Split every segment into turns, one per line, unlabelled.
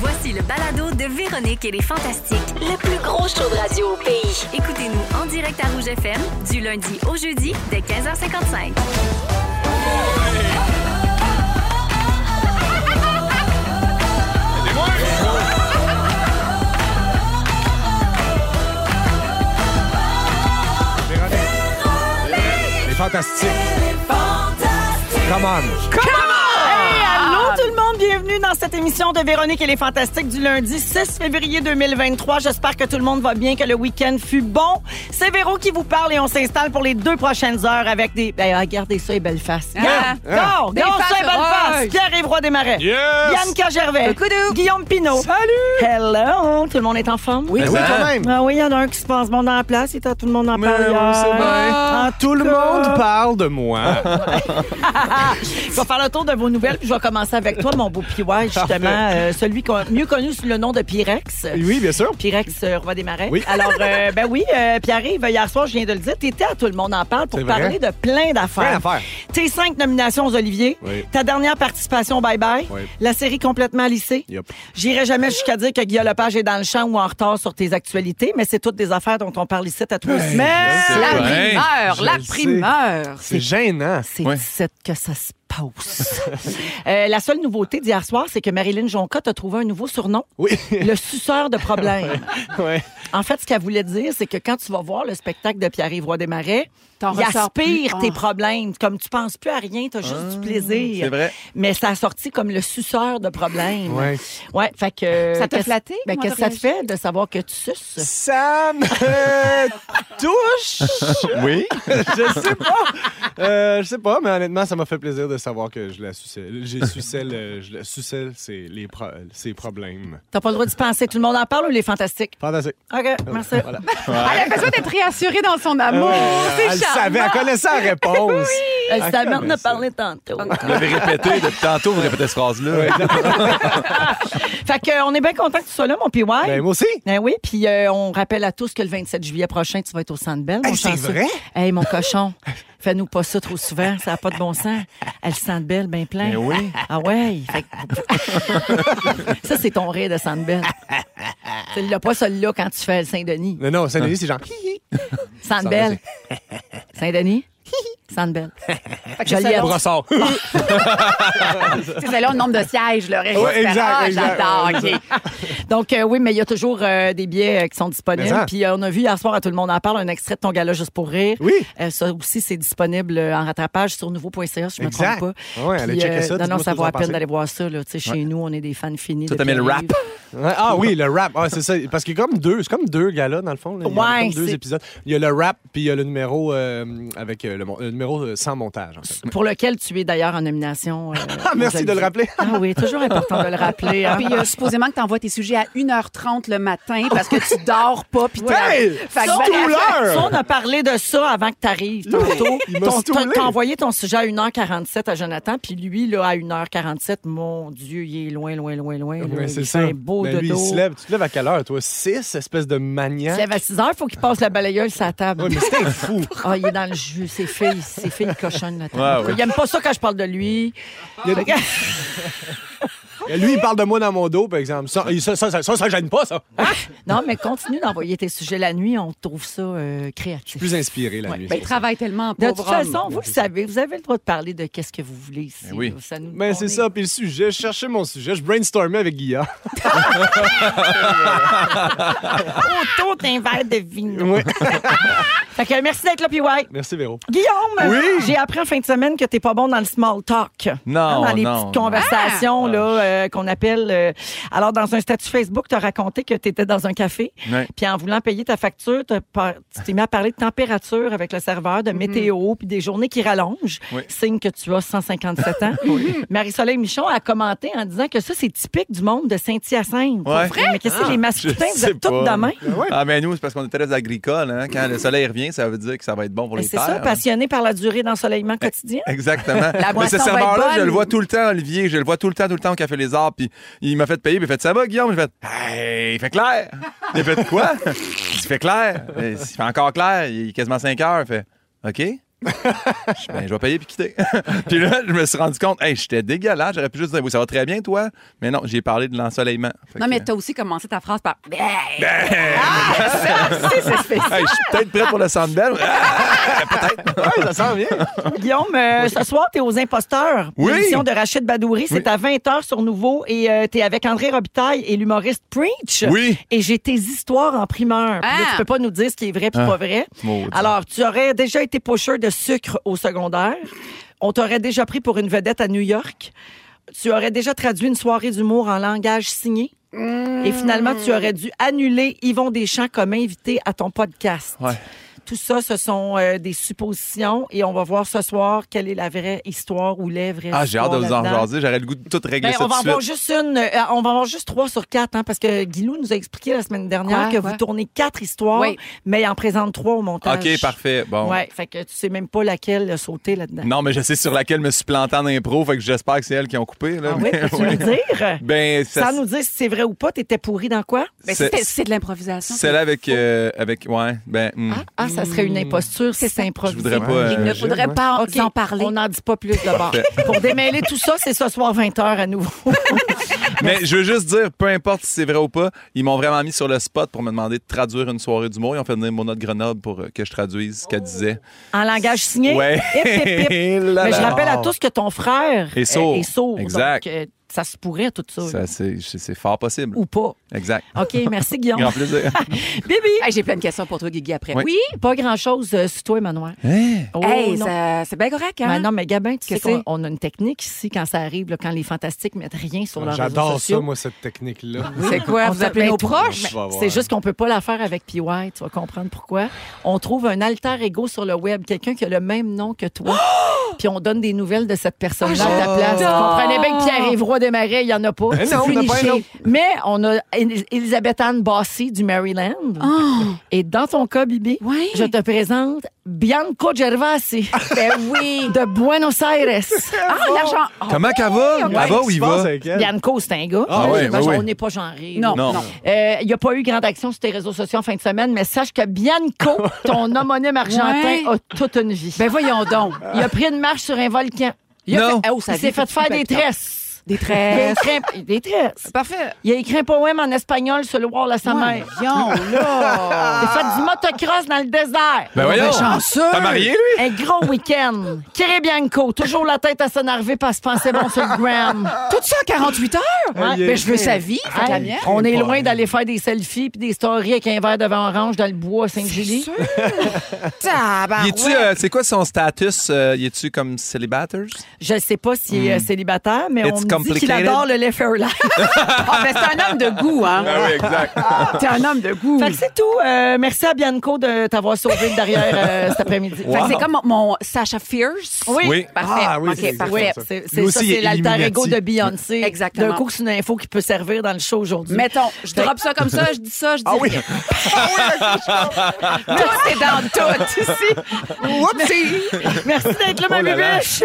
Voici le balado de Véronique et les Fantastiques.
Le plus gros show de radio au pays.
Écoutez-nous en direct à Rouge FM du lundi au jeudi dès 15h55.
Véronique. Les fantastiques. Come on.
Allô
Ah.
tout le monde, bienvenue dans cette émission de Véronique et les Fantastiques du lundi 6 février 2023. J'espère que tout le monde va bien, que le week-end fut bon. C'est Véro qui vous parle et on s'installe pour les deux prochaines heures avec des... Ben, regardez ça, les belles faces.
Ah.
Go, go,
Des
ça,
faces
les belles faces.
heureuses.
Pierre-Yves Roy Desmarais. Yann Cagervais.
Coucou-dou.
Guillaume Pinot. Salut. Hello. Tout le monde est en forme?
Ben oui, quand même.
Ah oui, il y en a un qui se passe bon dans la place, il est à tout le monde en parle. hier.
Ah, Tout le monde parle de moi.
Je vais faire le tour de vos nouvelles, puis je vais commencer avec toi, mon beau PY, justement,
Parfait.
euh, celui qu'on- mieux connu sous le nom de Pyrex.
Oui, bien sûr.
Pyrex euh, Roi des Marais.
Oui.
Alors, euh, ben oui, euh, Pierre-Yves, hier soir, je viens de le dire, t'étais à Tout le monde en parle
C'est
pour
vrai.
parler de plein
Plein
d'affaires.
d'affaires.
Tes cinq nominations aux Olivier,
Oui.
ta dernière participation au Bye Bye,
Oui.
la série complètement lissée.
Yep.
J'irai jamais jusqu'à dire que Guillaume Lepage est dans le champ ou en retard sur tes actualités, mais c'est toutes des affaires dont on parle ici à tous les semaines.
je sais.
La
Ouais.
primeur,
Je
la
le sais.
primeur.
C'est gênant.
C'est ici que ça se passe. Euh, la seule nouveauté d'hier soir, c'est que Marilyn Jonca a trouvé un nouveau surnom,
Oui.
le suceur de problèmes.
ouais.
En fait, ce qu'elle voulait dire, c'est que quand tu vas voir le spectacle de Pierre-Yves Roy Desmarais,
T'en
il
ressors plus.
aspire tes
Ah.
problèmes. Comme tu penses plus à rien, t'as juste du plaisir.
Ah, c'est vrai.
Mais ça a sorti comme le suceur de problèmes.
Ouais.
Ouais, fait que.
Ça t'a
qu'est-ce-
flatté?
Ben,
Comment
qu'est-ce que
t'as
ça te fait de savoir que tu suces?
Ça me euh, touche. Oui. je sais pas. Euh, je sais pas, mais honnêtement, ça m'a fait plaisir de savoir que je la sucelle. J'ai sucelle, euh, je la sucelle, c'est les pro- ses problèmes.
T'as pas le droit de se penser. Tout le monde en parle ou les fantastiques?
Fantastique.
OK, merci. Euh,
Voilà.
Elle a besoin d'être réassurée dans son amour. C'est
elle
charmant.
savait, elle connaissait la réponse.
Elle
Ah,
s'amène
comment
de
ça?
parler tantôt.
Vous l'avez répété depuis tantôt, vous répétez cette phrase-là.
Fait que, euh, on est bien content que tu sois là, mon PY.
Ben, moi aussi.
Ben oui, puis euh, on rappelle à tous que le 27 juillet prochain, tu vas être au Centre Bell, mon
Hey, c'est
chanceux.
vrai?
Hey, mon cochon, fais-nous pas ça trop souvent, ça n'a pas de bon sens. Elle le Centre Bell, ben plein.
Ben oui.
Ah ouais. Fait que- ça, c'est ton rire de Centre Bell. Tu l'as pas celui-là quand tu fais le Saint-Denis.
Non, non, Saint-Denis, c'est genre.
Centre Bell. Saint-Denis. Centre Bell.
Fait que c'est
Joliette.
selon-
Brossard.
C'est selon le nombre de sièges, le reste.
Ouais, exact,
Ah,
exact,
J'adore.
ouais,
ok.
Donc, euh, oui, mais il y a toujours euh, des billets euh, qui sont
Mais
disponibles.
ça.
Puis, euh, on a vu hier soir, à tout le monde en parle, un extrait de ton gala juste pour rire.
Oui.
Euh, ça aussi, c'est disponible euh, en rattrapage sur nouveau.ca, si je ne me
Exact.
trompe pas.
Ah ouais, allez
Puis, euh,
checker ça,
Non, non,
dites-moi ce
ça
que vous
vaut
en
la peine
pensez.
d'aller voir ça. Là. Tu sais, Chez nous, on est des fans finis.
Ça,
de
t'aimais le
Pierre-Yves.
rap.
Ouais, Ah oui, le rap. Ah, c'est ça. Parce qu'il y a comme deux. C'est comme deux galas, dans le fond. là. Il y a
Ouais,
comme deux
c'est-
épisodes. Il y a le rap, puis il y a le numéro euh, avec euh, le, mon- le numéro euh, sans montage, en fait.
Pour lequel tu es d'ailleurs en nomination. euh,
Ah, merci
aux
de le
Olivier.
rappeler.
Ah oui, toujours important de le rappeler. hein.
Puis, euh, supposément que t'envoies tes sujets à 1h30 le matin parce que tu dors pas. Puis t'es-
Hey!
Fait que-
Tout l'heure!
Ça, on a parlé de ça avant que tu arrives tantôt.
il m'a
Ton- T'as
stoulé.
t'as envoyé ton sujet à 1h47 à Jonathan, puis lui, là, à 1h47, mon Dieu, il est loin, loin, loin, loin. là.
Ouais,
il fait un beau
Ben,
dodo.
lui, il se lève. Tu te lèves à quelle heure, toi? 6, espèce de
Il se
maniaque.
lève à 6 heures, faut qu'il passe la balayeuse sur la table.
Oui, mais c'est un fou.
Ah, il est dans le jus. Ses filles, ses filles cochonnent la table.
Ouais, ouais.
Il aime pas ça quand je parle de lui.
Il y a- Et lui, il parle de moi dans mon dos, par exemple. Ça, il- ça, ça, ça, ça, ça gêne pas, ça.
Non, mais continue d'envoyer tes sujets la nuit. On trouve ça euh, créatif.
Plus inspiré la
Ouais,
nuit.
Ben, il travaille tellement,
De
pauvre
toute
homme.
façon, vous le savez, vous avez le droit de parler de qu'est-ce que vous voulez ici.
Ben oui.
Ça nous-
Ben,
on
c'est
est-
ça. Puis le sujet, je cherchais mon sujet. Je brainstormais avec Guillaume.
Autour d'un verre de vin.
Oui.
Fait que merci d'être là, PY.
Merci, Véro.
Guillaume, j'ai appris en fin de semaine que t'es pas bon dans le small talk. Hein,
Non,
Dans les
non, Ah.
petites
non.
conversations là, euh, qu'on appelle. euh, alors, dans un statut Facebook, t'as raconté que t'étais dans un café.
Ouais.
Puis en voulant payer ta facture, t'as par- tu t'es mis à parler de température avec le serveur, de météo, puis des journées qui rallongent.
Oui.
Signe que tu as 157 ans. Marie-Soleil Michon a commenté en disant que ça, c'est typique du monde de Saint-Hyacinthe.
Ouais.
Pour vrai? Mais qu'est-ce que les masculins,
Je
vous
sais
êtes toutes
pas.
de même?
Ah, mais nous, c'est parce qu'on est très agricole. Hein? Quand le soleil revient, ça veut dire que ça va être bon pour
Ben,
les Ben,
C'est
terres.
ça, passionné par la durée d'ensoleillement quotidien.
Exactement. mais
boisson va
ce
être
serveur-là, je
bonne.
le vois tout le temps, Olivier. Je le vois tout le temps, tout le temps au Café Les Arts. Puis il m'a fait payer. Puis il a fait Ça va, Guillaume J'ai fait Hey, il fait clair. Il a fait quoi Il dit, fait clair. Il fait encore clair. Il est quasiment 5 heures. Il fait OK. Je dis, ben, je vais payer puis quitter. puis là, je me suis rendu compte, hey, j'étais dégueulasse. J'aurais pu juste dire, oui, ça va très bien, toi. Mais non, j'ai parlé de l'ensoleillement. Fait
Non,
que-
mais t'as aussi commencé ta phrase par. ben,
Hey, je suis peut-être prêt pour le Sandbell.
Ouais, ça sent bien.
Guillaume, euh, ce soir, t'es aux Imposteurs.
Oui.
L'émission de Rachid Badouri, c'est à 20h sur Nouveau. Et euh, t'es avec André Robitaille et l'humoriste Preach.
Oui.
Et j'ai tes histoires en primeur. Puis là,
Ah.
tu peux pas nous dire ce qui est vrai puis pas vrai.
Ah. maudit.
Alors, tu aurais déjà été pocheur de sucre au secondaire. On t'aurait déjà pris pour une vedette à New York. Tu aurais déjà traduit une soirée d'humour en langage signé. Et finalement,
Mm.
tu aurais dû annuler Yvon Deschamps comme invité à ton podcast.
Ouais.
Tout ça, ce sont euh, des suppositions et on va voir ce soir quelle est la vraie histoire ou les vraies
Ah, j'ai hâte de vous en
histoires là-dedans.
jaser. J'aurais le goût de tout régler
Ben,
ça
on va en
tout de
voir
suite.
juste une, euh, on va en voir juste trois sur quatre, hein, parce que Guilou nous a expliqué la semaine dernière
Quoi,
que
quoi?
vous tournez quatre histoires,
Oui.
mais il en présente trois au montage.
OK, parfait. Bon.
Ouais, fait que tu sais même pas laquelle euh, sauter là-dedans.
Non, mais je sais sur laquelle je me suis planté en impro, fait que j'espère que c'est elle qui ont coupé. Là,
Ah oui,
mais-
peux-tu
ouais.
nous dire?
Ben, ça-
Sans nous dire si c'est vrai ou pas, t'étais pourri dans quoi?
Ben,
C'est-
c'était- c'est de l'improvisation.
celle-là avec, euh, avec. Ouais, ben. hmm.
Ah, ça serait une imposture, c'est improvisé.
Je voudrais pas, euh,
Il ne
je-
faudrait pas
OK,
en parler.
On n'en dit pas plus d'abord.
Parfait.
Pour démêler tout ça, c'est ce soir 20h à nouveau. ben,
Mais je veux juste dire, peu importe si c'est vrai ou pas, ils m'ont vraiment mis sur le spot pour me demander de traduire une soirée d'humour. Ils ont fait venir mon autre Grenoble pour euh, que je traduise ce
Oh.
qu'elle disait.
En langage signé.
Ouais.
Hip, hip, hip.
Là,
Mais Ben, je
là.
rappelle à tous que ton frère
Est sourd.
euh,
Exact.
Donc, euh, ça se pourrait tout ça. là.
Ça, c'est c'est fort possible.
Ou pas.
Exact.
OK, merci Guillaume.
Grand plaisir.
Bibi,
Hey, J'ai plein de questions pour toi, Guigui, après.
Oui.
oui, pas grand-chose euh, sur toi, Manoir.
Hein?
Oh,
Hey,
non.
ça- c'est bien correct, hein?
Mais non, mais Gabin, tu sais
Qu'est-ce que
qu'on on a une technique ici quand ça arrive, là, quand les fantastiques mettent rien
Ah,
sur leurs réseaux
J'adore ça,
sociaux.
moi, cette technique-là.
C'est quoi?
On
Vous
se-
appelez
ben,
nos
tout-
proches?
Je vais voir.
C'est juste qu'on peut pas la faire avec PY, tu vas comprendre pourquoi. On trouve un alter ego sur le web, quelqu'un qui a le même nom que toi. Puis on donne des nouvelles de cette personne-là à ta place. Tu
Ah, j'adore!
comprenais bien que Pierre Évroy Desmarais, il y en a pas.
Mais
C'est
non, on n'a pas un
niché.
autre.
Mais on a El- Elisabeth Anne Bossy du Maryland.
Oh,
Et dans ton cas, Bibi,
Ah. Ouais.
je te présente Bianco Gervasi
Ben oui.
de Buenos Aires.
Ah, l'argent. Oh,
Comment qu'elle va? Elle
Ouais,
va ou
qu'est-ce
il
qui se passe
Ah bah va?
avec elle?
Bianco, c'est un gars.
Ah ouais,
Ben,
ouais, ouais.
On n'est pas genré.
Non, non.
Non.
Euh, Il n'y a pas eu grande action sur tes réseaux sociaux en fin de semaine, mais sache que Bianco, ton homonyme argentin,
Ouais.
a toute une vie.
Ben voyons donc.
Euh.
il a pris une marche sur un volcan.
Il a
Non.
fait- Oh, ça
il s'est
vit
fait
tout
faire
petit
des
peu.
tresses.
Des
Il a
tresses.
écrit- Des tresses.
Parfait.
Il a écrit un poème en espagnol sur le wall à sa mère.
Voyons, là.
Il a fait du motocross dans le désert.
Ben voyons.
Ben, chanceux.
T'as marié, lui?
Un gros week-end. Kiri Bianco, toujours la tête à s'énerver parce qu'il pensait bon sur le gram.
Tout ça en 48 heures?
Ouais.
Ben, je veux sa vie, faites la
Hey,
mienne.
on est loin d'aller faire des selfies puis des stories avec un verre de vin orange dans le bois à Sainte-Julie.
Tabarouette.
Ah,
Il est-tu, euh, c'est quoi son status? Euh, il est-tu comme célibataire?
Je ne sais pas s'il est euh, célibataire, mais
Mm. It's
on me dit
complicated.
qu'il adore le lait Fairlife.
Ah, ben, c'est un homme de goût, hein?
oui, exact.
T'es un homme de goût.
fait que c'est tout. Euh, merci à Bianco de t'avoir sauvé de derrière euh, cet après-midi.
Fait que c'est
Wow.
comme mon, mon Sacha Fierce.
Oui.
Oui.
Parfait.
Ah, oui,
OK,
c'est
parfait.
ça.
C'est
Lui
c'est ça,
aussi, il
c'est
est
l'alter
Illuminati.
ego de Beyoncé.
Exactement.
D'un coup, c'est une info qui peut servir dans le show aujourd'hui.
Mettons, je drop ça comme ça, je dis ça, je dis. Ah oui! tout est dans tout ici.
Merci d'être là, ma
Oh là là.
bibiche.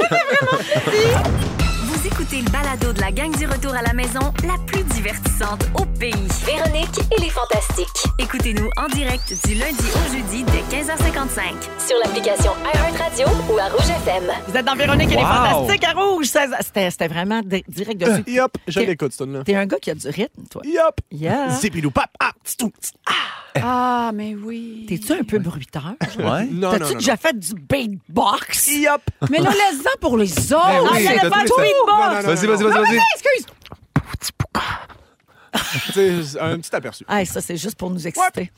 Vous écoutez le balado de la gang du retour à la maison, la plus divertissante au pays.
Véronique et les Fantastiques.
Écoutez-nous en direct du lundi au jeudi dès 15h55.
Sur l'application iHeartRadio ou à Rouge FM.
Vous êtes dans Véronique et les
Wow.
Fantastiques à Rouge. 16 C'était c'était vraiment di- direct dessus.
Yep, je
T'es-
l'écoute, ce là
T'es un gars qui a du rythme, toi.
Yep.
Yeah.
Zipilou pap. Ah, tstou, tstou.
Ah, mais oui.
T'es-tu un peu bruiteur?
Ouais.
Non, non,
T'as-tu
non,
déjà fait du beatbox?
Yep.
Mais là, laisse-en pour les autres.
Ah,
oui,
il y avait
t'as
pas
tout
de
fait.
beatbox!
Non, non,
Vas-y, vas-y, vas-y, vas-y.
Excuse.
C'est un petit aperçu.
Ah, ça, c'est juste pour nous exciter.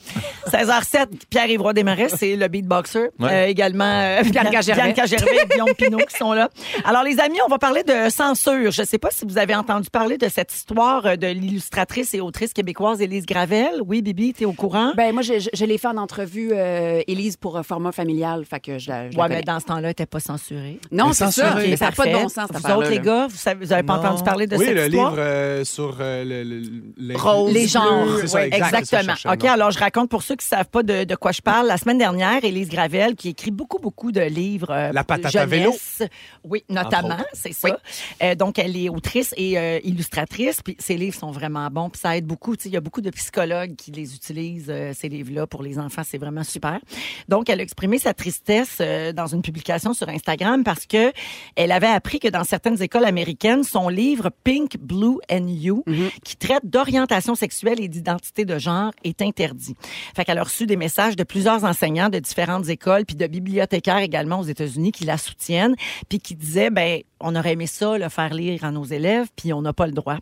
16h07, Pierre-Yvroy Desmarais, c'est le beatboxer.
Ouais.
Euh, également, euh,
Bianca Gervais.
Bianca Gervais et Guillaume Pinot qui sont là. Alors, les amis, on va parler de censure. Je ne sais pas si vous avez entendu parler de cette histoire euh, de l'illustratrice et autrice québécoise Élise Gravel. Oui, Bibi, t'es au courant?
Ben moi, je, je- je l'ai fait en entrevue, euh, Élise, pour un format familial. Fait que je la, je la
ouais, mais
connais.
dans ce temps-là, elle n'était pas censurée.
Non,
Mais
c'est ça.
censuré.
Mais ça n'a pas de
Parfait.
bon sens,
Vous
cette
autres,
affaire-là,
les
là.
gars, vous n'avez pas
Non.
entendu parler de
Oui,
cette
le
histoire?
livre euh, sur euh, le- le-
rose.
Les genres.
bleu.
C'est ça,
Ouais,
exact, c'est ça que je
exactement.
cherchais,
OK,
non.
alors je raconte pour ceux qui ne savent pas de, de quoi je parle. La semaine dernière, Élise Gravel, qui écrit beaucoup, beaucoup de livres. euh,
La patate à vélo.
jeunesse. Oui, notamment,
autres.
c'est ça. Euh, donc, elle est autrice et euh, illustratrice. Puis ses livres sont vraiment bons. Puis ça aide beaucoup. Tu sais, Il y a beaucoup de psychologues qui les utilisent, euh, ces livres-là, pour les enfants. C'est vraiment super. Donc, elle a exprimé sa tristesse euh, dans une publication sur Instagram parce que elle avait appris que dans certaines écoles américaines, son livre Pink, Blue and You, qui traite d'orientation sexuelle et d'identité de genre, est interdit. Fait qu'elle a reçu des messages de plusieurs enseignants de différentes écoles, puis de bibliothécaires également aux États-Unis qui la soutiennent, puis qui disaient, ben, on aurait aimé ça, le faire lire à nos élèves, puis on n'a pas le droit.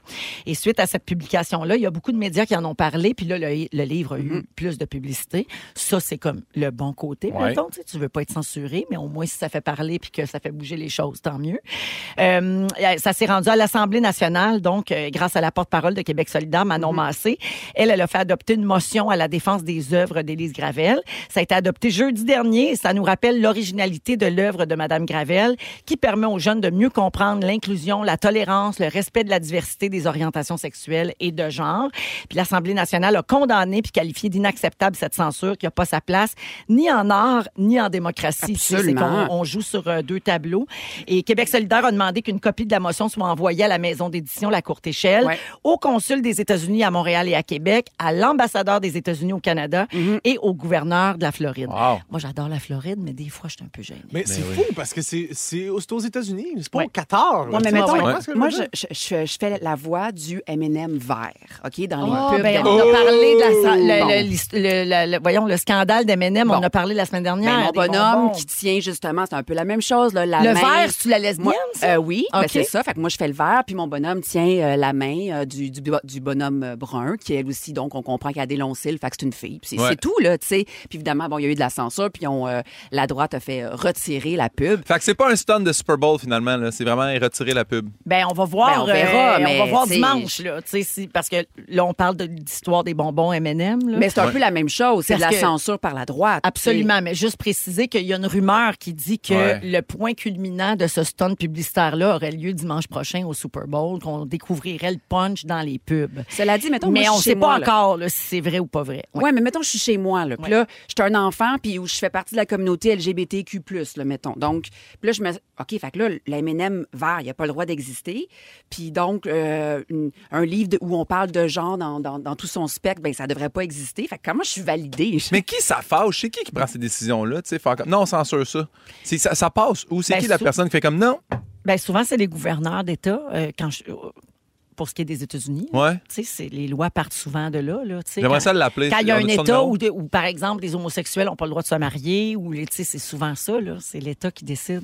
Et suite à cette publication-là, il y a beaucoup de médias qui en ont parlé, puis là, le, le livre a eu plus de publicité. Ça, c'est comme le bon côté,
Ouais.
mettons. Tu sais, tu veux pas être censuré, mais au moins, si ça fait parler puis que ça fait bouger les choses, tant mieux. Euh, ça s'est rendu à l'Assemblée nationale, donc, euh, grâce à la porte-parole de Québec solidaire, Manon Massé. Elle, elle a fait adopter une motion à la défense des œuvres d'Élise Gravel. Ça a été adopté jeudi dernier et ça nous rappelle l'originalité de l'œuvre de Madame Gravel qui permet aux jeunes de mieux comprendre l'inclusion, la tolérance, le respect de la diversité des orientations sexuelles et de genre. Puis l'Assemblée nationale a condamné puis qualifié d'inacceptable cette censure qui n'a pas sa place ni en art ni en démocratie. Tu sais, c'est
Absolument.
qu'on- on joue sur euh, deux tableaux. Et Québec solidaire a demandé qu'une copie de la motion soit envoyée à la maison d'édition La Courte Échelle,
Ouais.
au consul des États-Unis à Montréal et à Québec, à l'ambassadeur des États-Unis au Canada
Mhm.
et au gouverneur de la Floride.
Wow.
Moi, j'adore la Floride, mais des fois, je suis un peu gênée.
Mais c'est fou parce que c'est c'est aux c'est aux États-Unis, c'est pas au Qatar.
Ouais, mais
Tu
mettons,
comprends
moi,
ce que je
moi,
veux
je,
dire?
je, je- je fais la voix du M&M vert, OK, dans
Oh,
les pubs.
ben,
de-
on a
Oh!
parlé de la, le,
Bon.
le- l'hist- le- la- le- voyons, le scandale d'M&M, on
Bon.
en a parlé la semaine
Ben,
dernière.
mon
des
bonhomme
bonbons.
qui tient justement, c'est un peu la même chose. Là, la
Le
main.
vert, c'est-tu la lesbienne,
Moi-
ça?
Euh, oui, ben,
OK.
c'est ça. Fait que moi, je fais le vert, puis mon bonhomme tient euh, la main euh, du, du, bo- du bonhomme euh, brun, qui elle aussi, donc on comprend qu'elle a des longs cils, fait que c'est une fille. Puis C'est
Ouais.
c'est tout, là, tu sais. Puis évidemment, bon, il y a eu de la censure, puis on, euh, la droite a fait euh, retirer la pub.
Fait que c'est pas un stunt de Super Bowl finalement, là. c'est vraiment retirer la pub.
Ben, on va voir.
Ben, on verra,
euh,
mais,
on va voir
t'sais,
dimanche, là. tu sais, si- parce que là, on parle de l'histoire des bonbons M&M, là.
Mais c'est un peu la même chose. C'est de la
Parce que-
censure par la droite. tu sais.
Absolument, mais juste préciser qu'il y a une rumeur qui dit que
Ouais.
le point culminant de ce stunt publicitaire-là aurait lieu dimanche prochain au Super Bowl, qu'on découvrirait le punch dans les pubs.
Cela dit, mettons,
mais
moi, je
on
suis
ne sait
chez moi,
pas
là.
encore là, si c'est vrai ou pas vrai.
Ouais. mais mettons, je suis chez moi, là. Puis là, je suis un enfant, puis où je fais partie de la communauté LGBTQ, là, mettons. Donc, puis là, je me. OK, fait que là, la MM vert, il n'y a pas le droit d'exister. Puis donc, euh, une- un livre de- où on parle de genre dans, dans- dans tout son spectre, ben ça devrait pas exister. Fait que comment je suis validée?
Mais qui ça fâche? C'est qui qui prend ces décisions-là? tu sais, faire comme, Non, on censure ça. C'est- Ça, ça passe. Ou c'est
Ben,
qui la
sou-
personne qui fait comme non?
Ben, souvent, c'est les gouverneurs d'État, euh, quand je- euh, pour ce qui est des États-Unis.
Ouais.
Tu sais, c'est- les lois partent souvent de là. là tu sais,
J'aimerais
quand-
ça l'appeler.
Quand il y a
On
un
ça le
État
numéro?
où, de- où, par exemple, les homosexuels n'ont pas le droit de se marier, ou les- tu sais, c'est souvent ça, là, c'est l'État qui décide.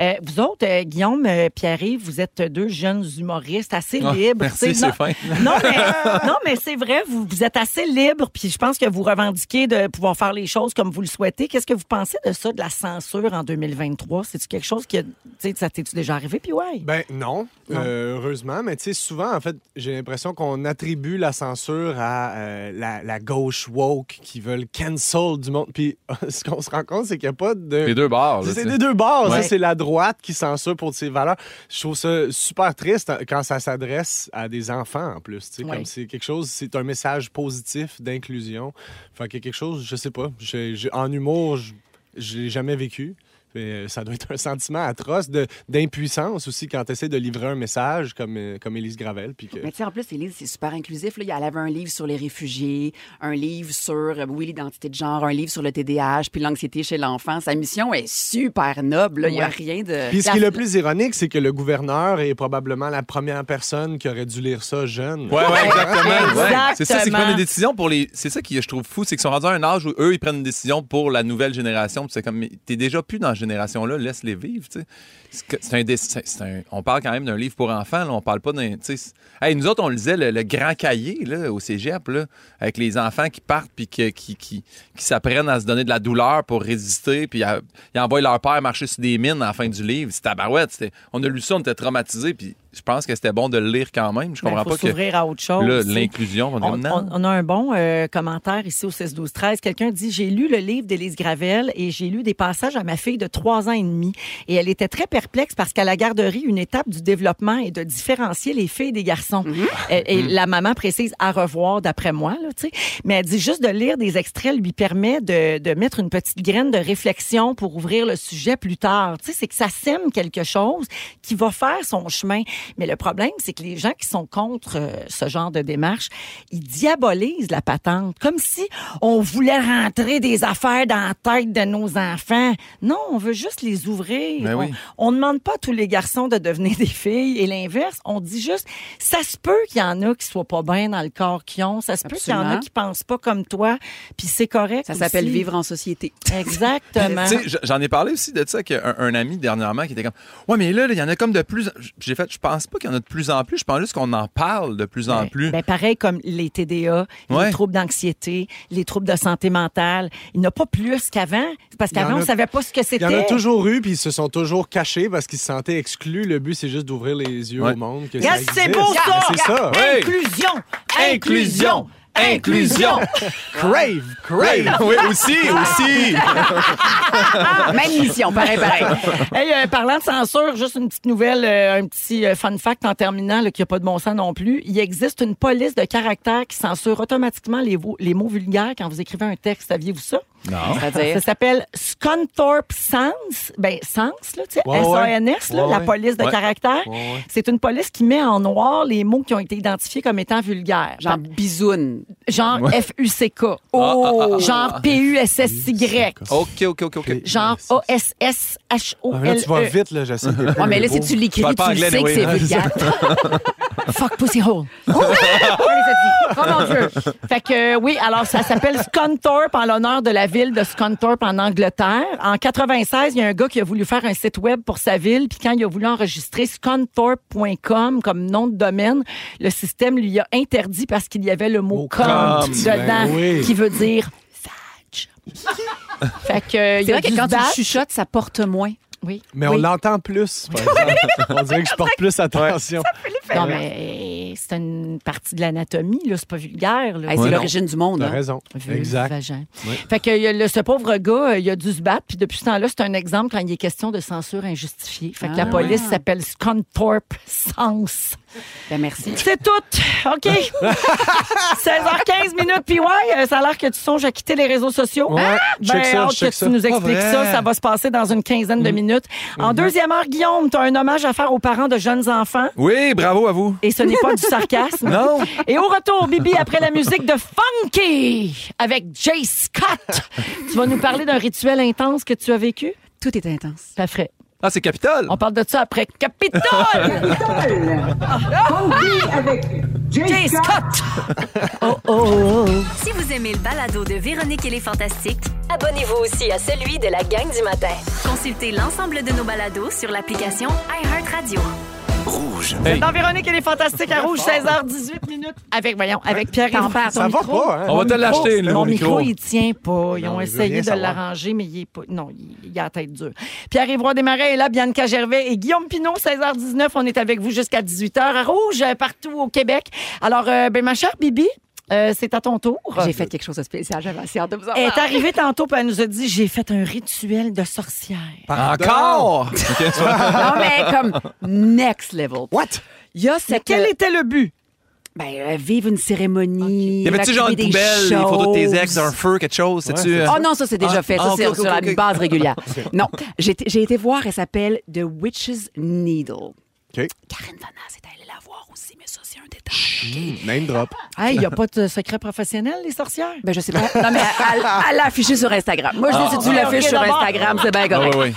Euh, vous autres, euh, Guillaume, euh, Pierre-Yves, vous êtes deux jeunes humoristes assez
Ah,
libres.
merci,
tu sais,
c'est
non-
fin.
Non, mais, non, mais c'est vrai, vous, vous êtes assez libres, puis je pense que vous revendiquez de pouvoir faire les choses comme vous le souhaitez. Qu'est-ce que vous pensez de ça, de la censure en 2023? C'est-tu quelque chose qui a- tu sais, ça t'es-tu déjà arrivé? Puis ouais.
Ben non, euh, heureusement, mais tu sais, souvent, en fait, j'ai l'impression qu'on attribue la censure à euh, la, la gauche woke qui veulent cancel du monde. Puis ce qu'on se rend compte, c'est qu'il n'y a pas de.
Les deux bars.
C'est les deux bords.
Ouais.
ça, C'est la droite qui censure pour ses valeurs. Je trouve ça super triste quand ça s'adresse à des enfants, en plus. tu sais,
Ouais.
Comme c'est quelque chose, c'est un message positif d'inclusion. Fait que quelque chose, je sais pas. j'ai- j'ai- en humour, je, je l'ai jamais vécu. Mais, euh, ça doit être un sentiment atroce de- d'impuissance aussi quand tu essaies de livrer un message comme, euh, comme Élise Gravel. Puis que...
Mais tu sais, en plus, Élise, c'est super inclusif. Là. Elle avait un livre sur les réfugiés, un livre sur, euh, oui, l'identité de genre, un livre sur le TDAH, puis l'anxiété chez l'enfant. Sa mission est super noble. là. Il n'y a
Ouais.
rien de...
Puis ce qui est le plus ironique, c'est que le gouverneur est probablement la première personne qui aurait dû lire ça jeune.
Ouais, ouais, exactement. ouais.
Exactement.
C'est ça, c'est qu'ils prennent des décisions pour les. C'est ça que je trouve fou, c'est qu'ils sont rendus à un âge où eux, ils prennent une décision pour la nouvelle génération. Puis c'est comme, mais t'es déjà plus dans cette génération-là, laisse-les vivre, tu sais. C'est que- C'est un, dé- c'est- c'est un- On parle quand même d'un livre pour enfants, là. On parle pas d'un. tu sais, c'est- Hey, nous autres, on lisait le, le grand cahier, là, au cégep, là, avec les enfants qui partent puis que- qui, qui, qui s'apprennent à se donner de la douleur pour résister, puis à- ils envoient leur père marcher sur des mines à la fin du livre. C'est tabarouette. c'était- On a lu ça, on était traumatisés, puis je pense que c'était bon de le lire quand même. Je
Ben,
comprends
faut
pas que
s'ouvrir à autre chose.
là,
tu sais.
l'inclusion, on,
On,
dit, non.
on- on a un bon euh, commentaire ici au 16 12 13 Quelqu'un dit J'ai lu le livre d'Élise Gravel et j'ai lu des passages à ma fille de trois ans et demi. Et elle était très perplexe parce qu'à la garderie, une étape du développement est de différencier les filles des garçons. Et, et la maman précise à revoir, d'après moi. Là, tu sais. Mais elle dit juste de lire des extraits lui permet de, de mettre une petite graine de réflexion pour ouvrir le sujet plus tard. Tu sais, c'est que ça sème quelque chose qui va faire son chemin. Mais le problème, c'est que les gens qui sont contre euh, ce genre de démarche, ils diabolisent la patente, comme si on voulait rentrer des affaires dans la tête de nos enfants. Non, on veut juste les ouvrir.
Ben
on,
oui.
on demande pas à tous les garçons de devenir des filles et l'inverse. On dit juste, ça se peut qu'il y en a qui soient pas bien dans le corps qu'ils ont. Ça se peut qu'il y en a
Absolument.
qui pensent pas comme toi. Puis c'est correct.
Ça s'appelle
aussi.
vivre en société.
Exactement.
Tu sais, j- J'en ai parlé aussi de ça qu'un un ami dernièrement qui était comme Ouais, mais là, là, il y en a comme de plus en- J'ai fait, je pense pas qu'il y en a de plus en plus, je pense juste qu'on en parle de plus en
Ouais.
plus.
Ben, pareil comme les TDA, les
Ouais.
troubles d'anxiété, les troubles de santé mentale. Il n'y en a pas plus qu'avant. C'est Parce
Il y en
qu'avant, on
a-
ne savait pas ce que
Il y en a
c'était.
toujours eu, puis ils se sont toujours cachés parce qu'ils se sentaient exclus. Le but, c'est juste d'ouvrir les yeux
Ouais.
au monde. Que
Regarde,
ça
c'est
existe.
beau ça!
Mais C'est ça!
Ouais.
Inclusion! Inclusion! Inclusion!
Crave! Crave!
oui, aussi, aussi. Ah,
Même mission, pareil, pareil.
Hey, euh, parlant de censure, juste une petite nouvelle, euh, un petit euh, fun fact en terminant, là, qui a pas de bon sens non plus. Il existe une police de caractères qui censure automatiquement les, vo- les mots vulgaires quand vous écrivez un texte. Saviez-vous ça?
Non.
Ça
C'est-à-dire,
s'appelle Scunthorpe Sans. Ben, Sans, là, tu sais,
Ouais, ouais.
S-A-N-S, là,
Ouais,
la
ouais.
police de
Ouais.
caractère.
ouais.
C'est une police qui met en noir les mots qui ont été identifiés comme étant vulgaires.
genre bisoune.
Genre F-U-C-K.
ah, ah.
Oh! Genre P-U-S-S-Y.
OK, OK, OK, OK.
Genre
Ah,
E.
mais là,
O-S-S-H-O-L.
tu vas vite, là, j'essaie. de-
Ouais, mais là, si tu l'écris,
parles pas
tu le
anglais,
sais que
anyway,
c'est
hein,
vulgaire.
Fuck pussy hole.
Oh mon Dieu!
Fait que euh, oui, alors ça s'appelle Scunthorpe en l'honneur de la ville de Scunthorpe en Angleterre. En 96, il y a un gars qui a voulu faire un site web pour sa ville, puis quand il a voulu enregistrer scunthorpe.com comme nom de domaine, le système lui a interdit parce qu'il y avait le mot
Oh,
com
com,
dedans
ben oui.
qui veut dire vag. fait que euh, il
C'est
y
vrai
a
que
du
quand tu
bat-
le chuchotes, ça porte moins.
oui.
Mais on
Oui.
l'entend plus, par exemple. on dirait que je porte plus attention.
Non mais euh, c'est une partie de l'anatomie là, c'est pas vulgaire là.
Hey, c'est
Ouais, non.
l'origine du monde.
T'as
hein.
raison.
Vulve,
Exact.
vagin.
Oui.
Fait que euh, le- ce pauvre gars, euh, il a dû se battre. Puis depuis ce temps-là, c'est un exemple quand il est question de censure injustifiée. Fait que la
Ah.
police s'appelle Scunthorpe Sens.
Ben, merci.
C'est tout. OK. 16h15 minutes. Puis ouais, euh, ça a l'air que tu songes à quitter les réseaux sociaux.
Ouais,
Ben,
check ça,
hâte
check
que
ça. Mm.
tu nous expliques
Pas
ça.
vrai.
Ça va se passer dans une quinzaine de minutes.
Mm-hmm.
En deuxième heure, Guillaume, tu as un hommage à faire aux parents de jeunes enfants.
Oui, bravo à vous.
Et ce n'est pas du sarcasme.
Non.
Et au retour, Bibi, après la musique de Funky avec Jay Scott, tu vas nous parler d'un rituel intense que tu as vécu?
Tout est intense.
Parfait.
Ah, c'est Capitole.
On parle de ça après Capitole! Jay Scott!
Si vous aimez le balado de Véronique et les Fantastiques,
Abonnez-vous aussi à celui de la gang du matin.
consultez l'ensemble de nos balados sur l'application iHeartRadio.
Dans Véronique, elle est fantastique à rouge, 16h18 minutes. Avec, voyons, avec Pierre
T'en perds
Ça va pas, hein?
On va te l'acheter, là,
Mon
mon
micro,
micro.
il tient pas. Ils
Non,
ont
il veut
essayé
rien
de
savoir.
l'arranger, mais il est pas. Non, il, il a la tête dure. Pierre-Yvroy Desmarais est là, Bianca Gervais et Guillaume Pinot, 16h19. On est avec vous jusqu'à 18h à Rouge, euh, partout au Québec. Alors, euh, ben, ma chère Bibi, euh, c'est à ton tour.
J'ai fait quelque chose de spécial. J'avais assez hâte de vous en
Elle est
parler.
arrivée tantôt, puis elle nous a dit J'ai fait un rituel de sorcière.
Encore.
Non, mais comme next level.
What?
Il y a
Mais
cette...
quel était le but?
Ben, euh, vivre une cérémonie.
Il y avait-tu genre
raconter
une
des
poubelle, des photos de tes ex,
choses.
un feu, quelque chose? C'est-tu.
c'est
euh,
Oh non, ça c'est déjà
Ah,
fait. Ça
ah,
c'est
ok,
sur
ok,
la
ok.
base régulière. Non, j'ai été- j'ai été voir, elle s'appelle The Witch's Needle.
OK.
Karine Vanas est allée la voir aussi, mais ça c'est un détail.
Hmm, Name drop.
Ah, il n'y a pas de secret professionnel, les sorcières?
Ben je sais pas. Non mais elle elle l'a affichée sur Instagram. Moi je dis si tu
ok,
l'affiches
Ah. ok,
sur
d'abord.
Instagram, c'est bien
Ah,
correct.
oui, oui.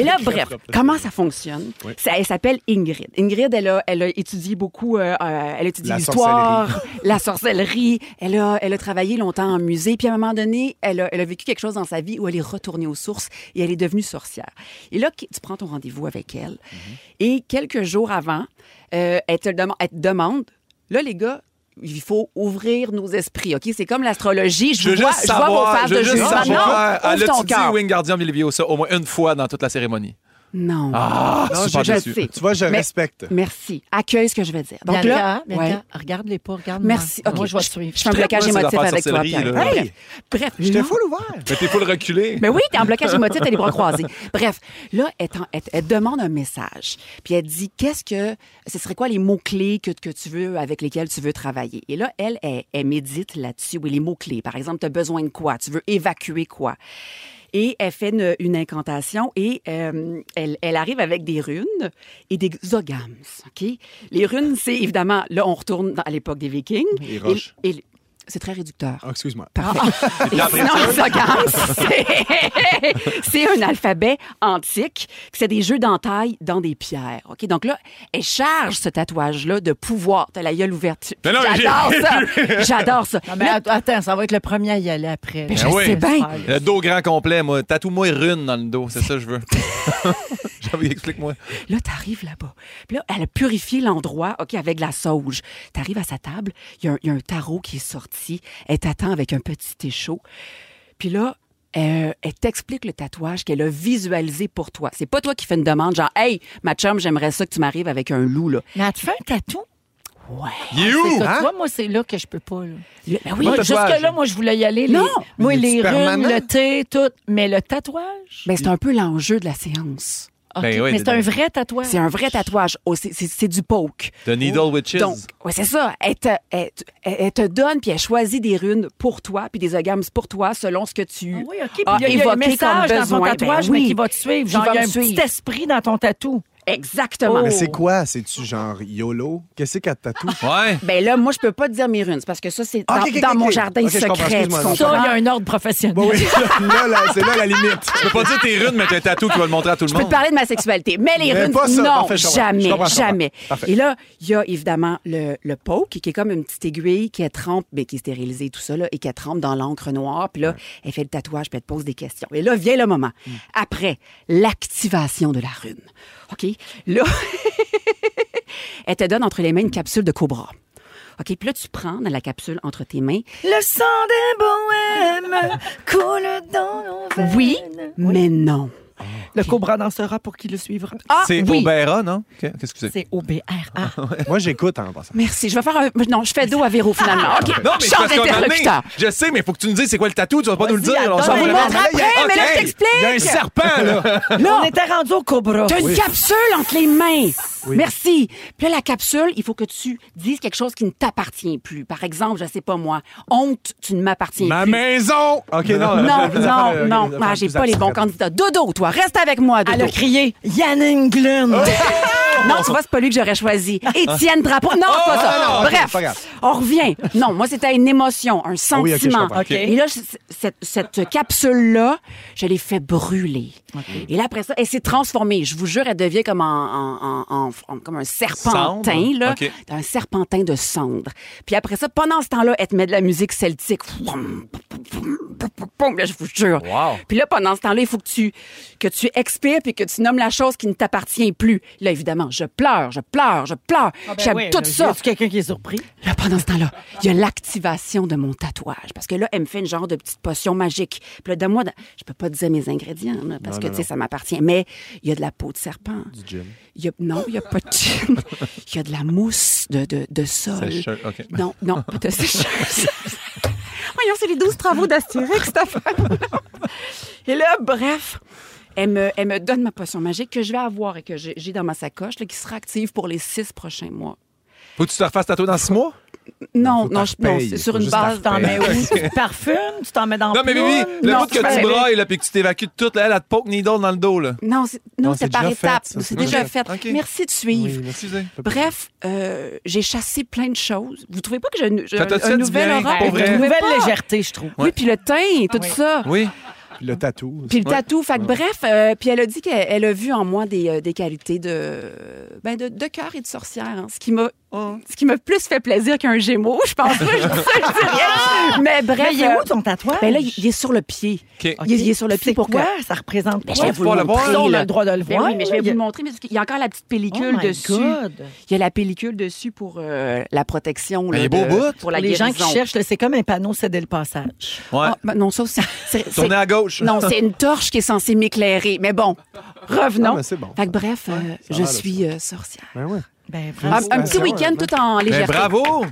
Et là, bref, comment ça fonctionne?
Oui.
Ça- elle s'appelle Ingrid. Ingrid, elle a, elle a étudié beaucoup, euh, euh, elle étudie
La
l'histoire, la sorcellerie. Elle a, elle a travaillé longtemps en musée. Puis à un moment donné, elle a, elle a vécu quelque chose dans sa vie où elle est retournée aux sources et elle est devenue sorcière. Et là, qui- tu prends ton rendez-vous avec elle.
Mm-hmm.
Et quelques jours avant, euh, elle, te dem- elle te demande, là, les gars, il faut ouvrir nos esprits, OK? C'est comme l'astrologie. Je,
Je veux
vous vois,
juste
je vois vos
savoir. euh,
faces
Je veux
de
juste
jeu.
savoir.
Maintenant,
Elle
ouvre ton
a-tu dit
cœur.
Wingardium Leviosa au moins une fois dans toute la cérémonie?
Non.
Ah,
Non,
super
je
déçu.
sais.
Tu vois, je
Mais-
respecte.
Merci. Accueille ce que je vais dire. Donc là,
Bianca, Bianca,
ouais.
regarde-les pas, regarde
Merci.
Moi,
Ok.
je vais te suivre.
je fais un blocage
Moi, c'est
émotif
l'affaire
avec toi,
sorcellerie,
Pierre.
là.
Bref. Bref.
J'étais
non.
full ouvert.
Mais t'es full reculé.
Mais oui, t'es en blocage émotif, t'as les bras croisés. Bref, là, elle, t'en- elle- elle demande un message. Puis elle dit, qu'est-ce que, ce serait quoi les mots-clés que, que tu veux, avec lesquels tu veux travailler? Et là, elle, elle, elle médite là-dessus, oui, les mots-clés. Par exemple, t'as besoin de quoi? Tu veux évacuer quoi? Et elle fait une, une incantation et euh, elle, elle arrive avec des runes et des ogams, OK? Les runes, c'est évidemment, là, on retourne dans- à l'époque des Vikings.
Les roches.
Et- et- c'est très réducteur.
Ah, excuse-moi.
Parfait.
Ah.
Et sinon, les ogams, c'est- c'est un alphabet antique. C'est des jeux d'entaille dans des pierres. Ok, Donc là, elle charge ce tatouage-là de pouvoir. T'as la gueule ouverte.
Mais non, mais
J'adore ça. J'adore ça.
Non, mais
Là,
att- attends, ça va être le premier à y aller après.
Mais
là.
je
Ben oui.
sais bien.
Le dos grand complet, moi. Tatoue-moi et rune dans le dos, c'est ça que je veux. J'avais explique-moi.
Là, t'arrives là-bas. Puis là, elle a purifié l'endroit, OK, avec de la sauge. T'arrives à sa table, il y, a un- il y a un tarot qui est sorti. Elle t'attend avec un petit thé chaud. Puis là, euh, elle t'explique le tatouage qu'elle a visualisé pour toi. C'est pas toi qui fais une demande, genre, hey, ma chum, j'aimerais ça que tu m'arrives avec un loup, là.
Mais elle te fait un tatou.
Ouais.
Il est
C'est
où?
ça,
hein?
tu vois, moi, c'est là que je peux pas. là.
Là, ben oui,
Moi,
je-
tatouage.
Jusque-là, moi, je voulais y aller. les-
Non!
Moi,
Mais
les
du
runes,
permanent?
le thé, tout. Mais le tatouage?
ben, c'est un peu l'enjeu de la séance.
OK,
Ben oui,
mais c'est
dedans.
un vrai tatouage.
C'est un vrai tatouage. Oh, c'est- c'est c'est du poke.
The Needle Witches.
Donc, ouais, c'est ça. Elle te, elle, te- elle te donne, puis elle choisit des runes pour toi, puis des agames pour toi, selon ce que tu
Ah oui, OK. Puis
as
il y a- il y
évoqué
a un message
comme
dans
besoin.
ton tatouage,
Ben oui.
mais qui va te suivre. Genre,
Qui va
il y a
me
un petit
suivre. Oh.
esprit dans ton tatou.
Exactement.
Mais c'est quoi? C'est-tu genre YOLO? Qu'est-ce qu'elle tatoue?
Ouais.
Ben là, moi, je peux pas te dire mes runes, parce que ça, c'est dans,
ok, ok,
dans
ok.
mon jardin
Ok, je comprends,
secret.
excuse-moi,
tu
non,
Ça,
comprends?
il y a un ordre professionnel.
Bon, oui, là, là, c'est là la limite.
Tu peux pas dire tes runes, mais t'as un tatou qui va le montrer à tout le
Je peux te
monde.
parler de ma sexualité, mais les
Mais
runes,
pas ça.
non,
Parfait, je comprends. Je
jamais,
comprends, je comprends.
jamais.
Parfait.
Et là, il y a évidemment le, le poke, qui est comme une petite aiguille qui est trempe, mais qui est stérilisée, tout ça, là, et qui est trempe dans l'encre noire. Puis là, elle fait le tatouage, puis elle te pose des questions. Et là, vient le moment.
Mm.
Après, l'activation de la rune. OK? Là, elle te donne entre les mains une capsule de cobra. OK, puis là, tu prends dans la capsule entre tes mains.
Le sang des bohèmes coule dans nos veines.
Oui, mais non.
Le cobra dansera pour qui le suivra.
Ah,
C'est
oui.
Obera, non? Ok, Qu'est-ce que c'est?
C'est O-B-R-A.
Moi, j'écoute en passant.
Merci. Je vais faire un... Non, je fais dos à Véro, finalement. Ah, OK,
Non, mais c'est
change
parce qu'à un moment donné,
d'interlocuteur.
Je sais, mais faut que tu nous dises c'est quoi le tatou, tu vas pas nous le dire. On s'en
On
fout
vous le
le
montre après, mais là, je t'explique.
Il y a un serpent, là.
Là,
On était rendu au Cobra.
t'as une capsule entre les mains. Merci. Puis là, la capsule, il faut que tu dises quelque chose qui ne t'appartient plus. Par exemple, je sais pas moi, honte, tu ne m'appartiens
Ma
plus.
maison! OK, non.
Non,
je- je-
non,
je-
non.
je-
Ah, j'ai pas les bons candidats. Dodo, toi, reste avec moi, Dodo.
Elle a crié Yann Glun.
Non, tu vois, c'est pas lui que j'aurais choisi. Étienne Drapeau. Non, c'est pas ça.
ah, non, ok,
Bref,
pas grave. Ah
on revient. Non, moi, c'était une émotion, un
oui, ok, je
sentiment.
comprends.
Ok.
Et là, c- cette, cette capsule-là, je l'ai fait brûler. Et là, après ça, elle s'est transformée. Je vous jure, elle devient comme, en, en- en- en- en- comme un serpentin,
Cendre,
là.
ok.
Un serpentin de cendre. Puis après ça, pendant ce temps-là, elle te met de la musique celtique. Là, je vous jure.
Wow.
Puis là, pendant ce temps-là, il faut que tu, que tu expires puis que tu nommes la chose qui ne t'appartient plus. Là, évidemment, je pleure, je pleure, je pleure.
Ah,
Ah,
ben
ben
J'aime tout ça.
C'est quelqu'un qui est surpris.
Là, pendant ce temps-là, il y a l'activation de mon tatouage. Parce que là, elle me fait une genre de petite potion magique. Puis là, donne-moi... de- Je peux pas te dire mes ingrédients, là, parce que, tu sais, ça m'appartient. Mais il y a de la peau de serpent. Du
gin.
non, il y a pas de gin. Il y a de la mousse de, de, de sol.
Sécheuse, ok.
Non, non, pas de sécheuse. Voyons, c'est les 12 travaux d'Astérix, cette affaire. Et là, bref, elle me, elle me donne ma potion magique que je vais avoir et que j'ai j'ai dans ma sacoche, là, qui sera active pour les six prochains mois.
Faut que tu te refasses tatouer dans six mois?
Non,
Faut
non,
que
je-
t'en
non,
repayes.
c'est sur
Faut
une
juste t'en
base.
T'en mets
Ben,
où? Tu te parfumes, tu t'en mets dans
Non, mais
ploune?
Bibi, le
non,
bout que
c'est
tu
pas
brailles, là, puis que tu t'évacues toute, elle, elle te poke needle dans le dos, là.
Non, c'est- non,
Non,
c'est
c'est
par
déjà fait,
étapes.
ça,
C'est
c'est déjà
déjà fait.
Ok.
Merci de suivre.
merci, Zé.
Bref, euh, j'ai chassé plein de choses. Vous trouvez pas que j'ai une, j'ai
Ça t'a
un-
fait
un
du
nouvel
bien,
Ben,
aura?
pour
Vous
vrai.
trouvez
Nouvelle
pas?
légèreté, je trouve.
Oui, puis le teint, tout ça.
Oui.
Puis le tatou.
Puis le
Ouais.
tatou. Fait que bref, euh, puis elle a dit qu'elle elle a vu en moi des, euh, des qualités de, ben de, de cœur et de sorcière, hein, ce qui m'a Ce qui m'a plus fait plaisir qu'un Gémeaux, je pense pas, je dis ça, je dis rien. Mais bref.
Ah! Mais il est où
euh,
ton tatouage?
ben là, il il est sur le pied.
OK.
Il, est- il est sur le pied
C'est
pour
quoi?
que.
Ça représente quoi?
Ben, je vais vous
pouvoir
le
le voir,
montrer.
on
là.
a le droit de le
Ben
voir.
oui, mais je vais
là.
vous
Il
le
y a-
montrer. Mais il y a encore la petite pellicule
Oh my
dessus.
God.
Il y a la pellicule dessus pour euh, la protection.
Ben,
là,
il est beau
de-
bout.
Pour la
les gens qui
guérison.
cherchent, là, c'est comme un panneau cédé le passage.
Ouais.
Ah, ben non, ça aussi. c'est- c'est-
Tournez à gauche.
Non, c'est une torche qui est censée m'éclairer. Mais bon, revenons.
Ah, mais c'est bon.
Fait que bref, euh, je
va, là,
suis euh, sorcière.
Ben oui.
Ben,
Ah,
Un,
bravo.
un petit
ouais,
week-end
ouais.
tout en
Ben,
légèreté.
bravo!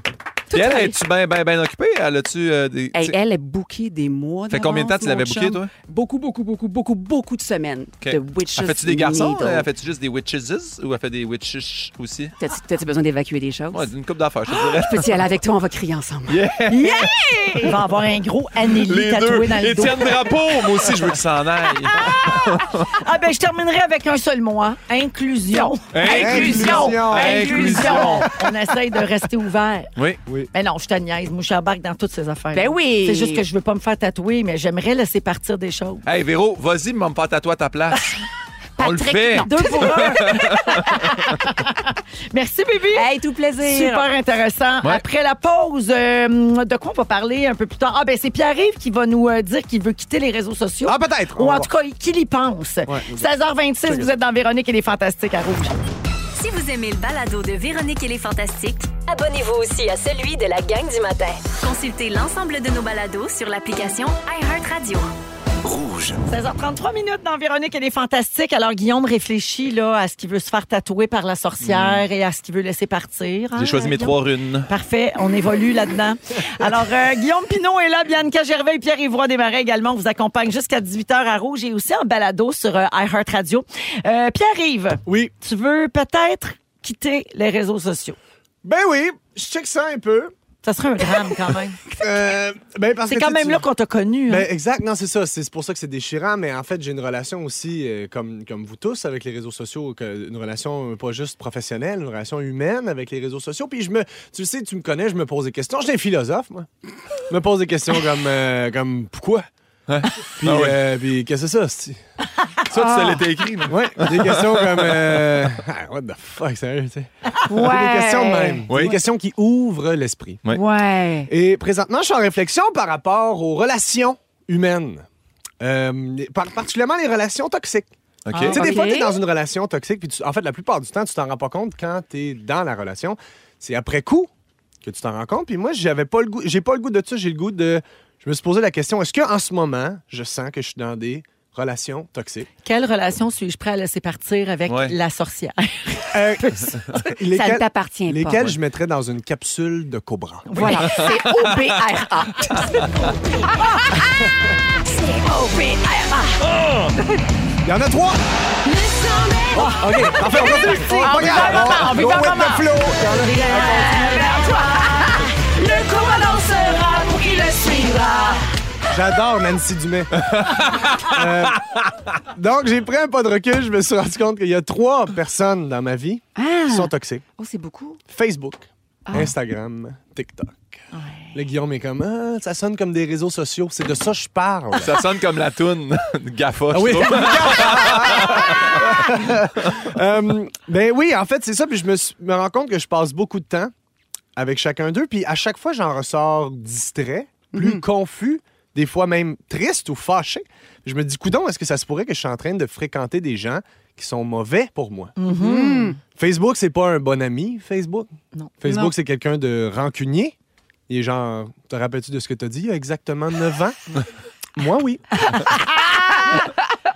Puis elle,
à
es-tu bien ben, ben occupée? Elle a-tu euh, des.
Hey,
t'sais-
elle est bookée des mois.
Fait combien de temps
d'avance,
tu l'avais
mon
bookée,
chum?
toi?
Beaucoup, beaucoup, beaucoup, beaucoup, beaucoup de semaines
OK.
de witches.
Elle fait-tu des garçons? euh,
needle.
Elle Elle fait-tu juste des witches ou elle fait des witches aussi?
T'as-tu t'as-tu besoin d'évacuer des choses?
Ouais, une coupe d'affaires, je te dirais.
Petit, aller avec toi, on va crier ensemble.
Il va avoir un gros Anneli
Les
tatoué dans
deux.
le dos.
Étienne Drapeau, moi aussi, je veux que ça en aille.
Ah ben, je terminerai avec un seul mot. hein. Inclusion.
Inclusion.
Inclusion.
On essaye de rester ouvert.
Oui.
Mais non, je te niaise. Moi, je embarque dans toutes ces affaires.
Ben oui.
C'est juste que je veux pas me faire tatouer, mais j'aimerais laisser partir des choses.
Hey, Véro, vas-y, me faire tatouer à ta place. On le
Patrick,
fait.
non.
Deux pour un. Merci, bébé.
Hey, tout plaisir.
Super intéressant.
Ouais.
Après la pause, euh, de quoi on va parler un peu plus tard? Ah, ben c'est Pierre-Yves qui va nous euh, dire qu'il veut quitter les réseaux sociaux.
Ah, peut-être.
Ou en tout cas, qu'il y pense. 16h26, vous êtes dans Véronique et les Fantastiques à Rouge.
Si vous aimez le balado de Véronique et les Fantastiques,
Abonnez-vous aussi à celui de la gang du matin.
consultez l'ensemble de nos balados sur l'application iHeartRadio.
16h33 minutes dans Véronique et les Fantastiques. Alors, Guillaume réfléchit là, à ce qu'il veut se faire tatouer par la sorcière et à ce qu'il veut laisser partir.
Hmm. J'ai
Hein,
choisi mes
Guillaume?
trois runes.
Parfait, on évolue là-dedans. Alors, euh, Guillaume Pinot est là, Bianca Gervais et Pierre-Yvois Desmarais également. On vous accompagne jusqu'à 18h à Rouge et aussi en balado sur euh, iHeartRadio. Euh, Pierre-Yves,
Oui.
tu veux peut-être quitter les réseaux sociaux.
Ben oui, je check ça un peu.
Ça serait un drame quand même.
Euh, ben parce
C'est
que
quand
tu sais,
même
tu-
là qu'on t'a connu. hein.
Ben, exact, non, c'est ça. C'est c'est pour ça que c'est déchirant, mais en fait, j'ai une relation aussi, euh, comme, comme vous tous, avec les réseaux sociaux, que- une relation euh, pas juste professionnelle, une relation humaine avec les réseaux sociaux. Puis je me, tu le sais, tu me connais, je me pose des questions. Je suis un philosophe, moi. Je me pose des questions comme, euh, comme pourquoi? Puis,
Ah ouais.
euh, puis qu'est-ce que c'est ça, c'ti?
Ça, tu te l'étais écrit, mais.
Ouais, des questions comme. euh, ah, what the fuck, sérieux, tu sais.
Ouais.
Des questions de même.
Oui.
Des questions qui ouvrent l'esprit.
Ouais.
Et présentement, je suis en réflexion par rapport aux relations humaines. Euh, par- particulièrement les relations toxiques.
OK.
Tu sais, des fois,
ok.
tu es dans une relation toxique, puis tu- en fait, la plupart du temps, tu t'en rends pas compte quand tu es dans la relation. C'est après coup que tu t'en rends compte. Puis moi, j'avais pas le goût, j'ai pas le goût de ça, j'ai le goût de. Je me suis posé la question est-ce qu'en ce moment, je sens que je suis dans des relations toxiques
Quelle relation suis-je prêt à laisser partir avec
Ouais.
la sorcière? Ah
Euh,
Ça ne
lesquelles-
t'appartient pas.
Lesquelles je mettrais dans une capsule de cobra.
Voilà, c'est O-B-R-A.
Il y en a trois! Ah, OK, parfait, on continue. On
Ah,
est pas grave, on-
vit
go
dans le
with the
moment.
flow. Il y
euh,
en a-
Le commandant sera pour qui le suivra.
J'adore Nancy Dumais. Euh, donc, j'ai pris un pas de recul. Je me suis rendu compte qu'il y a trois personnes dans ma vie
Ah.
qui sont toxiques.
Oh, c'est beaucoup.
Facebook, Instagram, TikTok. Le Guillaume est comme, Ah, ça sonne comme des réseaux sociaux. C'est de ça que je parle.
Ça sonne comme la toune Gaffa, je
Ah oui.
trouve.
Euh, ben oui, en fait, c'est ça. Puis je me, suis- me rends compte que je passe beaucoup de temps avec chacun d'eux. Puis à chaque fois, j'en ressors distrait, plus confus, des fois même triste ou fâché. Je me dis, coudon, est-ce que ça se pourrait que je suis en train de fréquenter des gens qui sont mauvais pour moi? Facebook, c'est pas un bon ami, Facebook.
Non.
Non.
Facebook, c'est quelqu'un de rancunier. Il est genre, te rappelles-tu de ce que t'as dit il y a exactement 9 ans? Moi, oui.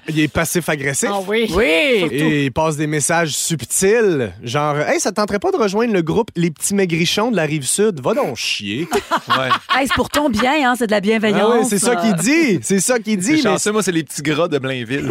il est passif-agressif.
Ah oui.
Oui.
Et il passe des messages subtils, genre Hey, ça te tenterait pas de rejoindre le groupe Les Petits Maigrichons de la Rive-Sud? Va donc chier.
Ouais.
Hey, c'est pour ton bien, hein, c'est de la bienveillance.
Ah ouais, c'est ça qu'il dit. C'est ça qu'il
C'est
dit. Mais
chanceux, moi, c'est les petits gras de Blainville.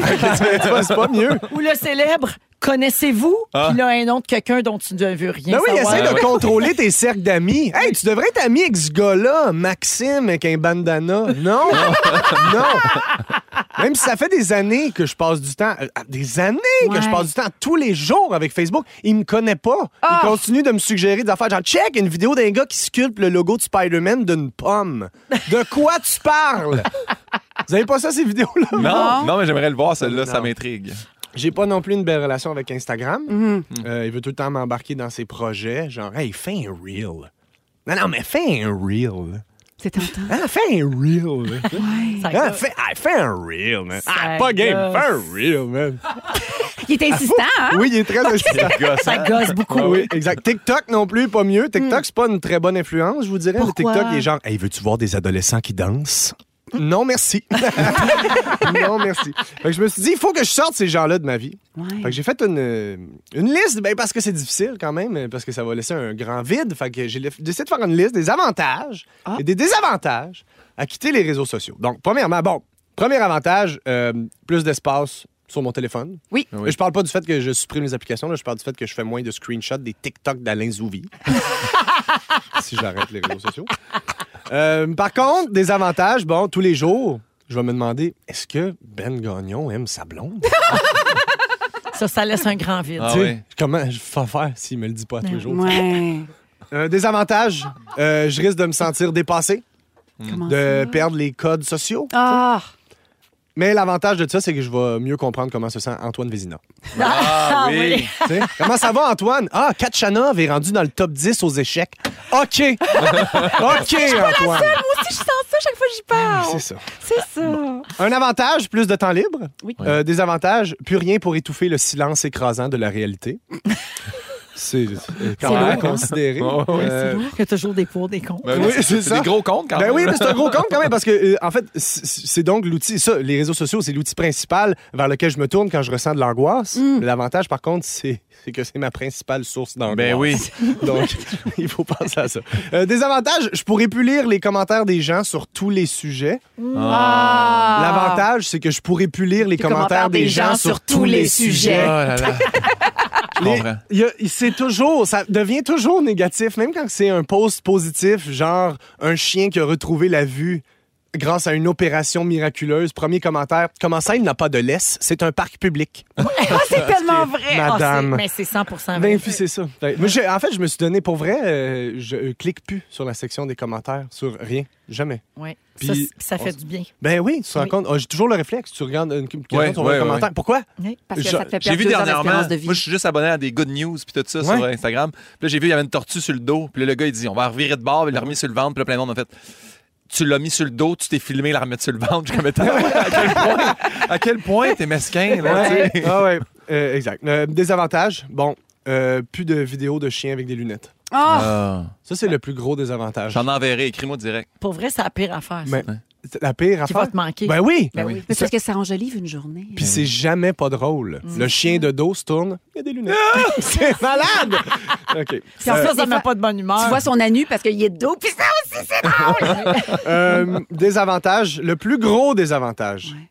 tu vois, c'est pas mieux.
Ou le célèbre Connaissez-vous?
Ah.
Puis là, un nom de quelqu'un dont tu ne veux rien
Ben oui,
savoir.
essaie
Ah
de
ouais.
contrôler tes cercles d'amis. Hey, tu devrais être ami avec ce gars-là, Maxime, avec un bandana. Non! non! Même si ça fait des années que je passe du temps, euh, des années
Ouais.
que je passe du temps tous les jours avec Facebook, il me connaît pas.
Oh.
Il continue de me suggérer des affaires. Genre, check une vidéo d'un gars qui sculpte le logo de Spider-Man d'une pomme. De quoi tu parles? Vous avez pas ça, ces vidéos-là?
Non, non, mais j'aimerais le voir, celle-là, ça
Non.
m'intrigue.
J'ai pas non plus une belle relation avec Instagram.
Mhm.
Euh, il veut tout le temps m'embarquer dans ses projets. Genre, hey, fais un reel. Non, non, mais fais un reel.
C'est tentant.
Ah, fais un reel.
Ça
Ah,
gosse.
fais, ah, fais un reel, man. Ah,
Ça
pas game,
gosse.
fais un reel, man.
Il
Ah,
est insistant, hein?
Oui, il est très insistant.
Ça gosse beaucoup. Hmm.
Ah oui, exact. TikTok non plus, pas mieux. TikTok, c'est pas une très bonne influence, je vous dirais. Le
Pourquoi?
TikTok, il est genre, hey, veux-tu voir des adolescents qui dansent? Non, merci. non, merci. Fait que je me suis dit, il faut que je sorte ces gens-là de ma vie.
Ouais.
Fait que j'ai fait une, euh, une liste, ben, parce que c'est difficile quand même, euh, parce que ça va laisser un grand vide. Fait que j'ai le- décidé de faire une liste des avantages et des désavantages à quitter les réseaux sociaux. Donc, premièrement, bon, premier avantage, euh, plus d'espace sur mon téléphone.
Oui.
Et Je parle pas du fait que je supprime les applications, là, je parle du fait que je fais moins de screenshots des TikTok d'Alain Zouvi. si j'arrête les réseaux sociaux. Euh, par contre, des avantages, bon, tous les jours, je vais me demander est-ce que Ben Gagnon aime sa blonde
Ça, ça laisse un grand vide.
Ah
Tu sais,
oui.
Comment je vais faire s'il me le dit pas tous les jours
Ouais.
Euh, Des avantages, euh, je risque de me sentir dépassé,
Mm. Comment
de
ça?
perdre les codes sociaux.
Ah!
Mais l'avantage de ça, c'est que je vais mieux comprendre comment se sent Antoine Vézina.
Ah
oui.
oui.
Tu sais, Comment ça va, Antoine? Ah, Katchanov est rendu dans le top 10 aux échecs. OK. OK, Antoine.
Ah, Moi aussi, je sens ça chaque fois que j'y parle.
Ah C'est ça.
C'est ça.
Un avantage, plus de temps libre.
Oui.
Euh, des avantages, plus rien pour étouffer le silence écrasant de la réalité. C'est euh, quand
C'est
même à
lourd, hein?
considérer.
Ouais, ouais,
Euh,
Il y a toujours des pour, des cons.
Ben
Oui, c'est
c'est
ça.
des gros comptes quand
Ben
même.
oui, mais c'est un gros compte quand même parce que euh, en fait, c- c'est donc l'outil ça, les réseaux sociaux, c'est l'outil principal vers lequel je me tourne quand je ressens de l'angoisse. L'avantage par contre, c'est c'est que c'est ma principale source d'angoisse.
Ben oui.
Donc, il faut penser à ça. Euh, désavantage, je pourrais plus lire les commentaires des gens sur tous les sujets.
Ah.
L'avantage, c'est que je pourrais plus lire les, commentaires, des, gens, sur tous les sujets.
là là. Je
Les-
comprends.
il y a- il- c'est toujours, ça devient toujours négatif, même quand c'est un post positif, genre un chien qui a retrouvé la vue grâce à une opération miraculeuse. Premier commentaire, comment ça, il n'a pas de laisse? C'est un parc public.
Ah, c'est tellement vrai. Ah,
Madame.
c'est- mais c'est 100 vrai.
Ben, puis c'est ça. Fait- moi, j'ai- en fait, je me suis donné, pour vrai, euh, je euh, clique plus sur la section des commentaires, sur rien, jamais.
Ouais.
Puis-
ça, c'est- ça fait du bien.
Ben oui, tu te rends
Oui.
compte, oh, j'ai toujours le réflexe, tu regardes une, quelqu'un, tu
Ouais,
regardes
ouais,
un commentaire. Pourquoi?
Parce que
Je-
ça te fait
J'ai
perdre
vu
deux ans
dernièrement,
d'espérance de vie.
moi je suis juste abonné à des good news puis tout ça sur
Ouais.
Instagram. Puis là j'ai vu il y avait une tortue sur le dos, puis là, le gars il dit on va la revirer de bord, il l'a remis sur le ventre, puis là plein de monde en fait tu l'as mis sur le dos, tu t'es filmé la remettre sur le ventre, je suis comme Attends, à quel point à quel point t'es mesquin là, tu sais.
ah ouais, Euh, exact. Euh, désavantage, bon, euh, plus de vidéos de chiens avec des lunettes.
Ah!
Ah,
Ça, c'est le plus gros désavantage.
J'en enverrai, écris-moi direct.
Pour vrai, c'est la pire affaire. ça.
Mais c'est la pire
qui
affaire.
va te manquer.
Ben oui!
Ben
oui.
oui. Mais Parce que ça enjolive une journée.
Puis c'est jamais pas drôle.
Mm.
Le chien de dos se tourne, il y a des lunettes.
Ah!
c'est malade! OK.
Puis
ça,
en plus,
ça
des
ne met
fois,
pas de bonne humeur.
tu vois son anus parce qu'il est de dos. Puis ça aussi, c'est drôle!
Euh, désavantage, le plus gros désavantage,
Ouais.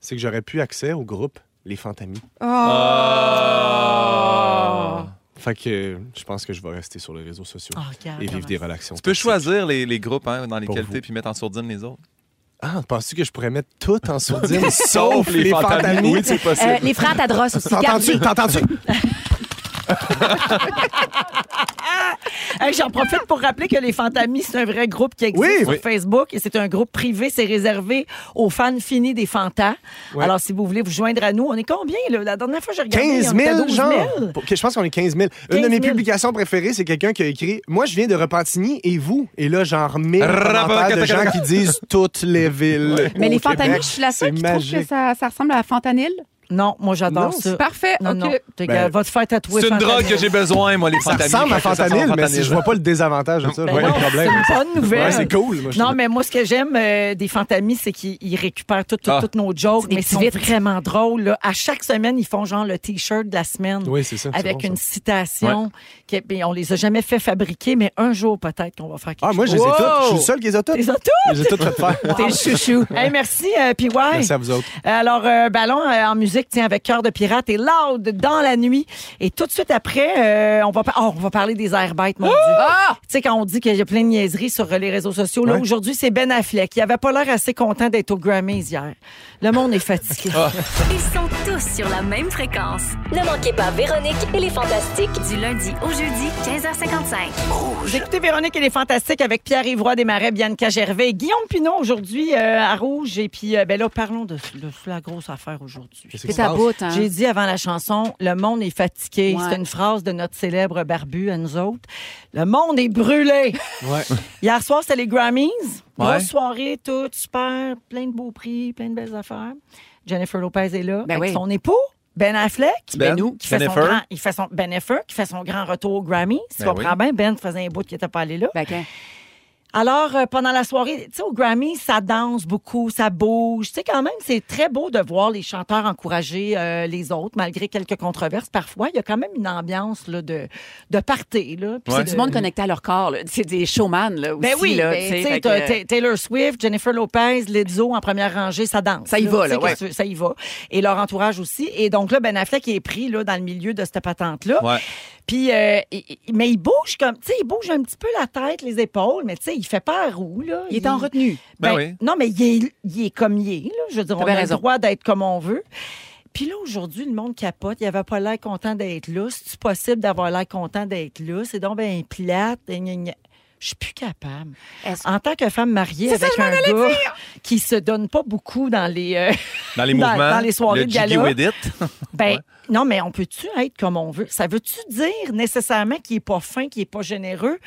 c'est que j'aurais pu accès au groupe Les Fantamis.
Oh!
Fait que euh, je pense que je vais rester sur les réseaux sociaux
Ah, regarde,
et vivre
comment
des
ça-
relations.
Tu peux
toxiques.
choisir les, les groupes hein, dans lesquels
Ah, Pour
t'es puis mettre en sourdine les autres.
Ah, penses-tu que je pourrais mettre tout en sourdine sauf les Fantamis?
Oui, c'est possible.
Euh, les frères Tadros aussi.
T'entends-tu?
gardez.
T'entends-tu?
Hey, J'en profite pour rappeler que les Fantamis, c'est un vrai groupe qui existe
Oui,
sur
oui.
Facebook et c'est un groupe privé. C'est réservé aux fans finis des Fantas.
Ouais.
Alors, si vous voulez vous joindre à nous, on est combien? là? La dernière fois, j'ai regardé.
15
on était
000,
12
genre.
000.
Pour- Je pense qu'on est 15 000.
15
Une de
000.
mes publications préférées, c'est quelqu'un qui a écrit Moi, je viens de Repentigny et vous. Et là, genre 1000 commentaires de gens qui disent toutes les villes.
Mais
au
les
Québec.
fantamis, je suis la
C'est
seule qui trouve que
magique.
ça, ça ressemble à la fentanyl.
Non, moi, j'adore
Non,
ça.
Parfait.
Non,
OK.
non. T'es-
Ben,
va te faire tatouer.
C'est une
Fantamis.
drogue que j'ai besoin, moi, les
Ça
fantamis.
ressemble à
Ça ressemble
Fantanil, mais si je vois pas le désavantage de ça,
Ben
je vois pas
non,
le problème.
C'est une bonne nouvelle.
Ouais, c'est cool. moi, je
Non,
trouve.
mais moi, ce que j'aime euh, des fantamis, c'est qu'ils ils récupèrent toutes tout,
Ah.
toutes nos jokes,
C'est des
mais ils sont
petits vites.
vraiment drôles. là. À chaque semaine, ils font genre le T-shirt de la semaine
Oui, c'est ça. c'est
avec
bon, ça.
une citation. qui- mais on les a jamais fait fabriquer, mais un jour, peut-être qu'on va faire quelque
Ah, moi, je les ai
chose.
toutes. Je suis le seul qui les a toutes.
T'es
Je
ça tout?
les ai toutes faites faire.
T'es le chouchou. Hey, merci, euh, PY.
Merci à vous autres.
Alors, euh, ballon euh, en musique, tiens, avec Cœur de Pirate et Loud dans la nuit. Et tout de suite après, euh, on, va par- oh, on va parler des airbites, mon Dieu.
Ah!
Tu sais, quand on dit qu'il y a plein de niaiseries sur les réseaux sociaux, là,
Ouais.
aujourd'hui, c'est Ben Affleck. Il avait pas l'air assez content d'être aux Grammys hier. Le monde est fatigué.
Ils sont tous sur la même fréquence.
Ne manquez pas Véronique et les Fantastiques.
Du lundi au jeudi, 15h55.
J'ai écouté Véronique et les Fantastiques avec Pierre Ivroy Desmarais, Bianca Gervais et Guillaume Pinot aujourd'hui euh, à Rouge. Et puis, euh, ben là, parlons de, de la grosse affaire aujourd'hui.
Qu'est-ce qui se
C'est à
passe?
bout, hein?
J'ai dit avant la chanson, le monde est fatigué.
Ouais.
C'est une phrase de notre célèbre barbu à nous autres. Le monde est brûlé.
Ouais.
Hier soir, c'était les Grammys.
Ouais.
Grosse soirée, tout, super, plein de beaux prix, plein de belles affaires. Jennifer Lopez est là
Ben
avec
oui.
son époux. Ben Affleck,
Ben,
qui fait son
Jennifer.
grand, il fait son Ben Affleck, qui fait son grand retour au Grammy. Tu
Ben
comprends bien, Ben faisait un bout qui était pas allé là.
Ben, quand-
Alors euh, pendant la soirée, tu sais au Grammy, ça danse beaucoup, ça bouge. Tu sais quand même, c'est très beau de voir les chanteurs encourager euh, les autres malgré quelques controverses parfois. Il y a quand même une ambiance là, de de party là. Puis
Ouais.
c'est
Du monde connecté à leur corps, là. C'est des showman, là, aussi.
ben oui,
là,
ben,
tu sais,
tu sais,
fait
t'as
que-
Ta- Taylor Swift, Jennifer Lopez, Lizzo en première rangée, ça danse.
Ça y
Tu
va,
sais
là, ouais.
qu'est-ce que tu- Ça y va. Et leur entourage aussi. Et donc là, Ben Affleck est pris là, dans le milieu de cette patente-là.
Ouais.
Puis, euh, il- il- mais il bouge comme, tu sais, il bouge un petit peu la tête, les épaules, mais tu sais, il fait pas à roue, là.
Il est en retenue.
Ben oui.
Non, mais il est, il est comme il est, là. Je veux dire,
T'as
on
bien
a
raison.
le droit d'être comme on veut. Puis là, aujourd'hui, le monde capote. Il avait pas l'air content d'être là. C'est-tu possible d'avoir l'air content d'être là? C'est donc bien plate. gna, gna, gna. Je suis plus capable.
Est-ce-
En tant que femme mariée avec un gars qui se donne pas beaucoup dans les... euh,
Dans les
Dans-
mouvements.
dans les soirées
le
de
Jiggy
gala.
with it.
ben,
Ouais.
non, mais on peut-tu être comme on veut? Ça veut-tu dire nécessairement qu'il est pas fin, qu'il est pas généreux?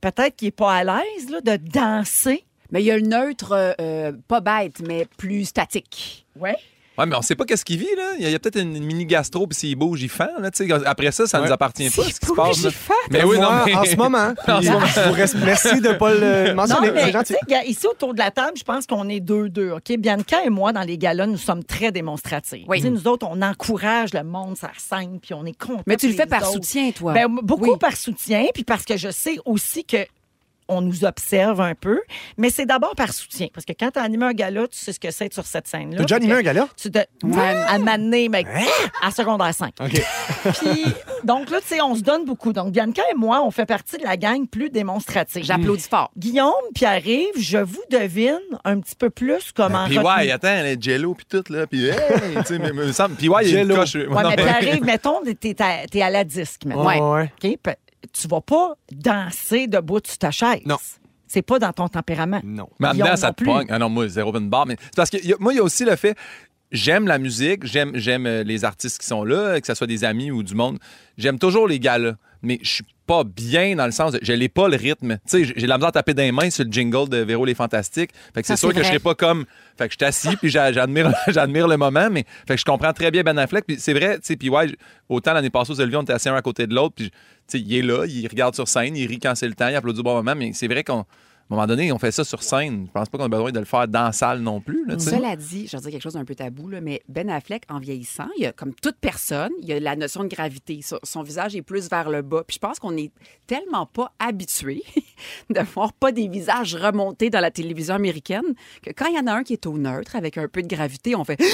Peut-être qu'il est pas à l'aise là, de danser?
Mais il y a le neutre, euh, euh, pas bête, mais plus statique.
Ouais.
Ouais, mais on sait pas qu'est-ce qu'il vit, là. Il y a, il y a peut-être une, une mini gastro, puis s'il bouge, il fend, là. tu sais. Après ça, ça
Ouais.
nous appartient pas, ce qui se passe. là. Mais
Mais
oui,
moi,
non, mais.
en ce moment.
En ce
puis
moment.
Je vous reste, merci de pas le
Non,
mentionner.
mais
C'est
tu
gentil.
sais, gars, ici autour de la table, je pense qu'on est deux deux, OK? Bianca et moi, dans les galas, nous sommes très démonstratifs.
Oui.
Tu sais, Nous autres, on encourage le monde, ça scène, puis on est content.
Mais tu le
pour
fais
les
par
autres.
soutien, toi.
Ben, beaucoup
Oui.
par soutien, puis parce que je sais aussi que on nous observe un peu, mais c'est d'abord par soutien. Parce que quand tu animé un gala, tu sais ce que c'est être sur cette scène-là.
T'as déjà animé un gala? Hein?
Tu te... À m'amener, mec, à secondaire 5.
OK.
Puis, donc là, tu sais, on se donne beaucoup. Donc, Bianca et moi, on fait partie de la gang plus démonstrative.
J'applaudis fort.
Guillaume, puis arrive, je vous devine un petit peu plus comment.
Ben, Puis ouais, attends, les jello puis tout là, puis hey, tu sais, mais me semble puis ouais, il y a une
Jello.
coche.
Ouais,
non,
mais
mais-
Pierre-Yves, mettons, t'es à, t'es à la disque maintenant.
Ouais, ouais.
OK? Pe- Tu vas pas danser debout sur ta chaise.
Non.
C'est pas dans ton tempérament.
Non.
Mais en
Guillaume
dedans, ça
non
te
plus.
pogne. Ah non, moi, zéro une barre. Mais c'est parce que y a- moi, il y a aussi le fait. J'aime la musique, j'aime j'aime euh, les artistes qui sont là, que ce soit des amis ou du monde. J'aime toujours les gars là, mais je suis pas bien dans le sens de je n'ai pas le rythme. Tu sais, j'ai j'ai de la misère à taper des mains sur le jingle de Véro les fantastiques. Fait que
Ça,
c'est sûr
c'est
que je
vrai.
serai pas comme fait que je suis assis puis j'a- j'admire j'admire le moment mais fait que je comprends très bien Ben Affleck puis c'est vrai, tu sais puis ouais, j- autant l'année passée aux Olivier on était assis un à côté de l'autre puis tu sais il est là, il regarde sur scène, il rit quand c'est le temps, il applaudit au bon moment mais c'est vrai qu'on à un moment donné, on fait ça sur scène. Je pense pas qu'on a besoin de le faire dans la salle non plus. Là, tu sais.
Cela dit, je vais dire quelque chose d'un peu tabou, là, mais Ben Affleck, en vieillissant, il y a, comme toute personne, il y a la notion de gravité. Son, son visage est plus vers le bas. Puis je pense qu'on est tellement pas habitué de voir pas des visages remontés dans la télévision américaine que quand il y en a un qui est au neutre avec un peu de gravité, on fait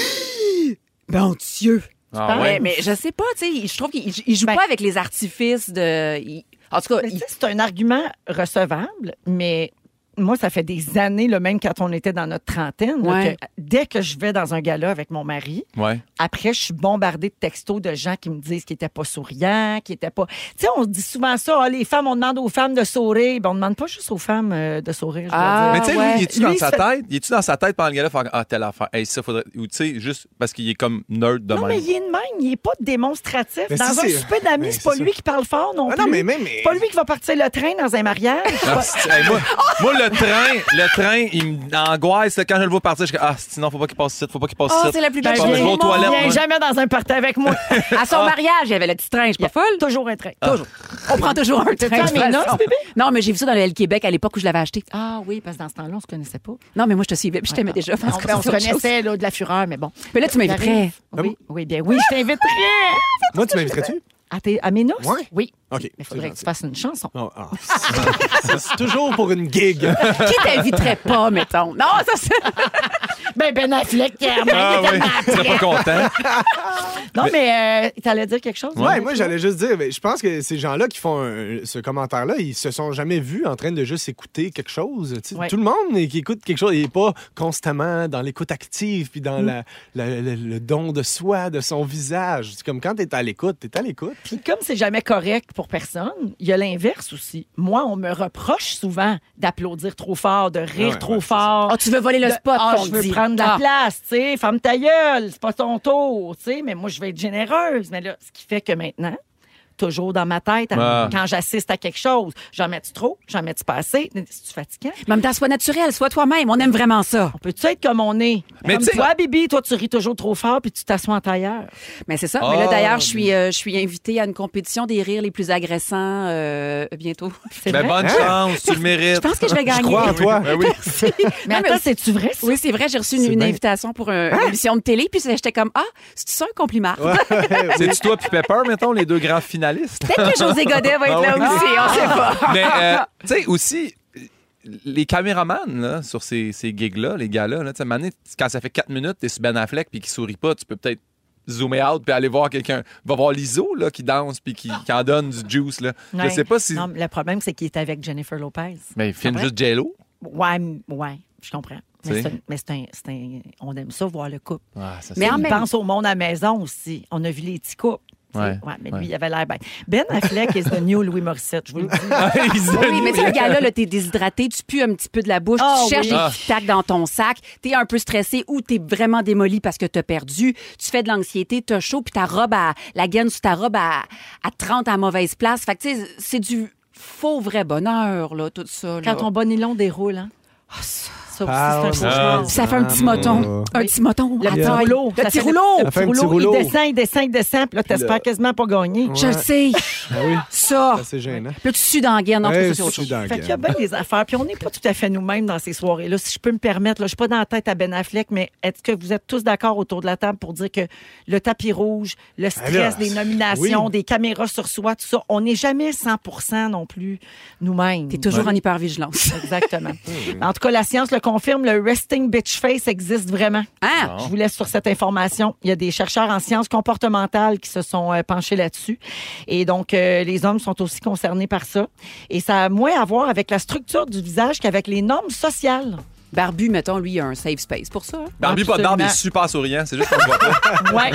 Bon Dieu!
Ah
Mais-
ouais.
Mais je sais pas, tu sais, je trouve qu'il il joue
Ben-
pas avec les artifices de. il- en tout cas,
Mais tu
il-
sais, C'est un argument recevable, mais moi, ça fait des années, le même quand on était dans notre trentaine, là,
Ouais.
que dès que je vais dans un gala avec mon mari,
Ouais.
après, je suis bombardée de textos de gens qui me disent qu'ils n'étaient pas souriants, qu'ils n'étaient pas. Tu sais, on se dit souvent ça, Ah, les femmes, on demande aux femmes de sourire. Ben, on ne demande pas juste aux femmes euh, de sourire. Je
Ah,
dois
Mais
dire.
tu sais,
ouais.
lui, il est-tu
Lui,
dans
il
sa
fait-
tête? Il est-tu dans sa tête pendant le gala? Faire, ah, telle affaire. Hey, ça faudrait. Ou tu sais, juste parce qu'il est comme nerd de
Non, mais
même.
il est de même, il n'est pas démonstratif.
Mais
dans
si,
un
c'est-
souper d'amis,
mais
c'est pas
c'est ça.
lui qui parle fort non
Ah
plus.
non, mais même-
C'est pas lui qui va partir le train dans un mariage. Ben, C'est
Ah,
pas-
c'est- hey, moi, moi, le train, le train, il m'angoisse. là, Quand je le vois partir, je dis, ah, sinon, faut pas qu'il passe ici, faut pas qu'il passe
Oh,
ici.
c'est la plus
Je
belle
pense que
chose
je vais aux
au monde.
toilettes.
Viens
moi. Ah.
jamais dans un party avec moi.
à son mariage, il y avait le petit train, je suis pas folle.
Toujours un train.
Toujours. On prend toujours un train. de
à mes
toute façon.
noces, bébé?
Non, mais j'ai vu ça dans le L Québec à l'époque où je l'avais acheté. Ah,
Ah oui, parce que dans ce temps-là, on se connaissait pas.
Non, mais moi, je te suivais, puis je t'aimais
Ouais,
déjà.
non.
parce
On,
que
ben, on
c'est
se
autre chose.
connaissait, là, de la fureur, mais bon.
Mais là, tu m'inviterais. Ah
Oui, oui, bien oui, je t'inviterais.
Moi, tu m'inviterais-tu?
À, tes, à mes noces?
Ouais.
Oui.
OK.
Mais il
C'est
faudrait que tu
gentil.
fasses une chanson.
Non, ah, c'est- c'est toujours pour une gig.
Qui t'inviterait pas, mettons? Non, ça, c'est.
Ben, Ben Affleck,
Ah oui, tu serais pas content.
Non, mais euh, t'allais dire quelque chose?
Ouais,
hein,
moi
toi?
j'allais juste dire, mais je pense que ces gens-là qui font un- ce commentaire-là, ils se sont jamais vus en train de juste écouter quelque chose. tu sais.
Ouais.
Tout le monde eh, qui écoute quelque chose, il n'est pas constamment dans l'écoute active puis dans la- la- le, le don de soi, de son visage. C'est comme quand tu es à l'écoute, tu es à l'écoute.
Puis comme c'est jamais correct pour personne, il y a l'inverse aussi. Moi, on me reproche souvent d'applaudir trop fort, de rire
Ouais,
trop
ouais, c'est ça.
fort.
Ah, tu veux voler le
de-
spot,
ah,
qu'on
je veux
dit.
prendre de la
Ah.
place, tu sais, ferme ta gueule, c'est pas ton tour, tu sais, mais moi, je vais être généreuse. Mais là, ce qui fait que maintenant, toujours dans ma tête, hein,
Ah.
quand j'assiste à quelque chose, j'en mets-tu trop, j'en mets-tu pas assez, c'est-tu fatigant?
En même temps, sois naturel, sois toi-même. On aime vraiment ça.
On peut-tu être comme on est?
Mais
comme
tu sais-
toi, Bibi, toi, tu ris toujours trop fort puis tu t'assois en tailleur.
Mais c'est ça. Mais là,
Ah.
d'ailleurs, je suis, euh, je suis invitée à une compétition des rires les plus agressants euh, bientôt.
C'est
Ben,
vrai?
bonne chance, tu le
Je
mérites.
pense que je vais gagner.
crois en toi.
Ben oui.
Mais
Non, mais
attends,
aussi-
c'est-tu vrai, ça?
Oui, c'est vrai, j'ai reçu une,
C'est
une
bien.
invitation pour un- une émission de télé, puis j'étais comme Ah, c'est ça un compliment?
C'est-tu toi puis Pepper, mettons, les deux grands finalistes?
Peut-être que José Godet va être
Ah
là aussi, on sait pas.
Mais, euh, tu sais, aussi, les caméramans, là, sur ces, ces gigs-là, les gars-là, là, tu sais, à un moment donné, quand ça fait 4 minutes, t'es sur Ben Affleck puis qui sourit pas, tu peux peut-être zoomer out puis aller voir quelqu'un. Va voir l'ISO, là, qui danse puis qui, qui en donne du juice, là.
Ouais.
Je sais pas si...
Non, mais le problème, c'est qu'il est avec Jennifer Lopez.
Mais il filme juste Jello.
Ouais, m- ouais, je comprends. Mais
Tu sais.
c'est un- mais c'est un, c'est un- On aime ça, voir le couple.
Ah, ça,
Mais
c'est-
en
Il
même-
pense au monde à la maison aussi. On a vu les petits couples. tu sais.
Ouais,
Ouais, mais
ouais.
lui, il avait l'air bien. Ben Affleck is the new Louis Morissette, je vous le dis.
Ils
Ah Oui, mais tu sais, le gars-là, là, t'es déshydraté, tu pues un petit peu de la bouche,
Ah,
tu cherches
oui.
les tic-tacs dans ton sac, t'es un peu stressé ou t'es vraiment démoli parce que t'as perdu, tu fais de l'anxiété, t'as chaud, puis ta robe, à, la gaine sous ta robe à, à 30 à mauvaise place. Fait que tu sais, c'est du faux vrai bonheur, là, tout ça. là.
Quand ton bonnet long déroule, hein? Ça aussi, c'est
Ah.
un cauchemar.
Ça fait un petit moton, un
Ah.
Oui.
petit moton à
Le petit
taille.
rouleau.
Le
Ça
petit
fait-
rouleau.
Le
Ça fait un
petit
petit
rouleau,
rouleau.
il descend, il descend, il descend. Puis là, t'espères quasiment pas gagner.
Je le sais.
oui.
Ça.
Ah, C'est gênant. Euh,
Puis Là, tu sues dans la gaine. Non,
Hey,
ça, c'est autre
je suis
chose.
dans la
Fait qu'il y a
gang.
bien des affaires. Puis on n'est pas tout à fait nous-mêmes dans ces soirées-là. Si je peux me permettre, là, je suis pas dans la tête à Ben Affleck, mais est-ce que vous êtes tous d'accord autour de la table pour dire que le tapis rouge, le stress
Alors,
des nominations,
oui.
des caméras sur soi, tout ça, on n'est jamais 100 non plus nous-mêmes.
T'es toujours en hypervigilance.
Exactement. en tout cas, la science le confirme, le resting bitch face existe vraiment.
Hein?
Ah, Je vous laisse sur cette information. Il y a des chercheurs en sciences comportementales qui se sont euh, penchés là-dessus. Et donc, euh, les hommes sont aussi concernés par ça. Et ça a moins à voir avec la structure du visage qu'avec les normes sociales.
Barbu, mettons, lui, il a un safe space pour ça. hein.
Barbie, pas de barbe, il est
Absolument.
super souriant. C'est juste qu'on le voit pas.
Ouais.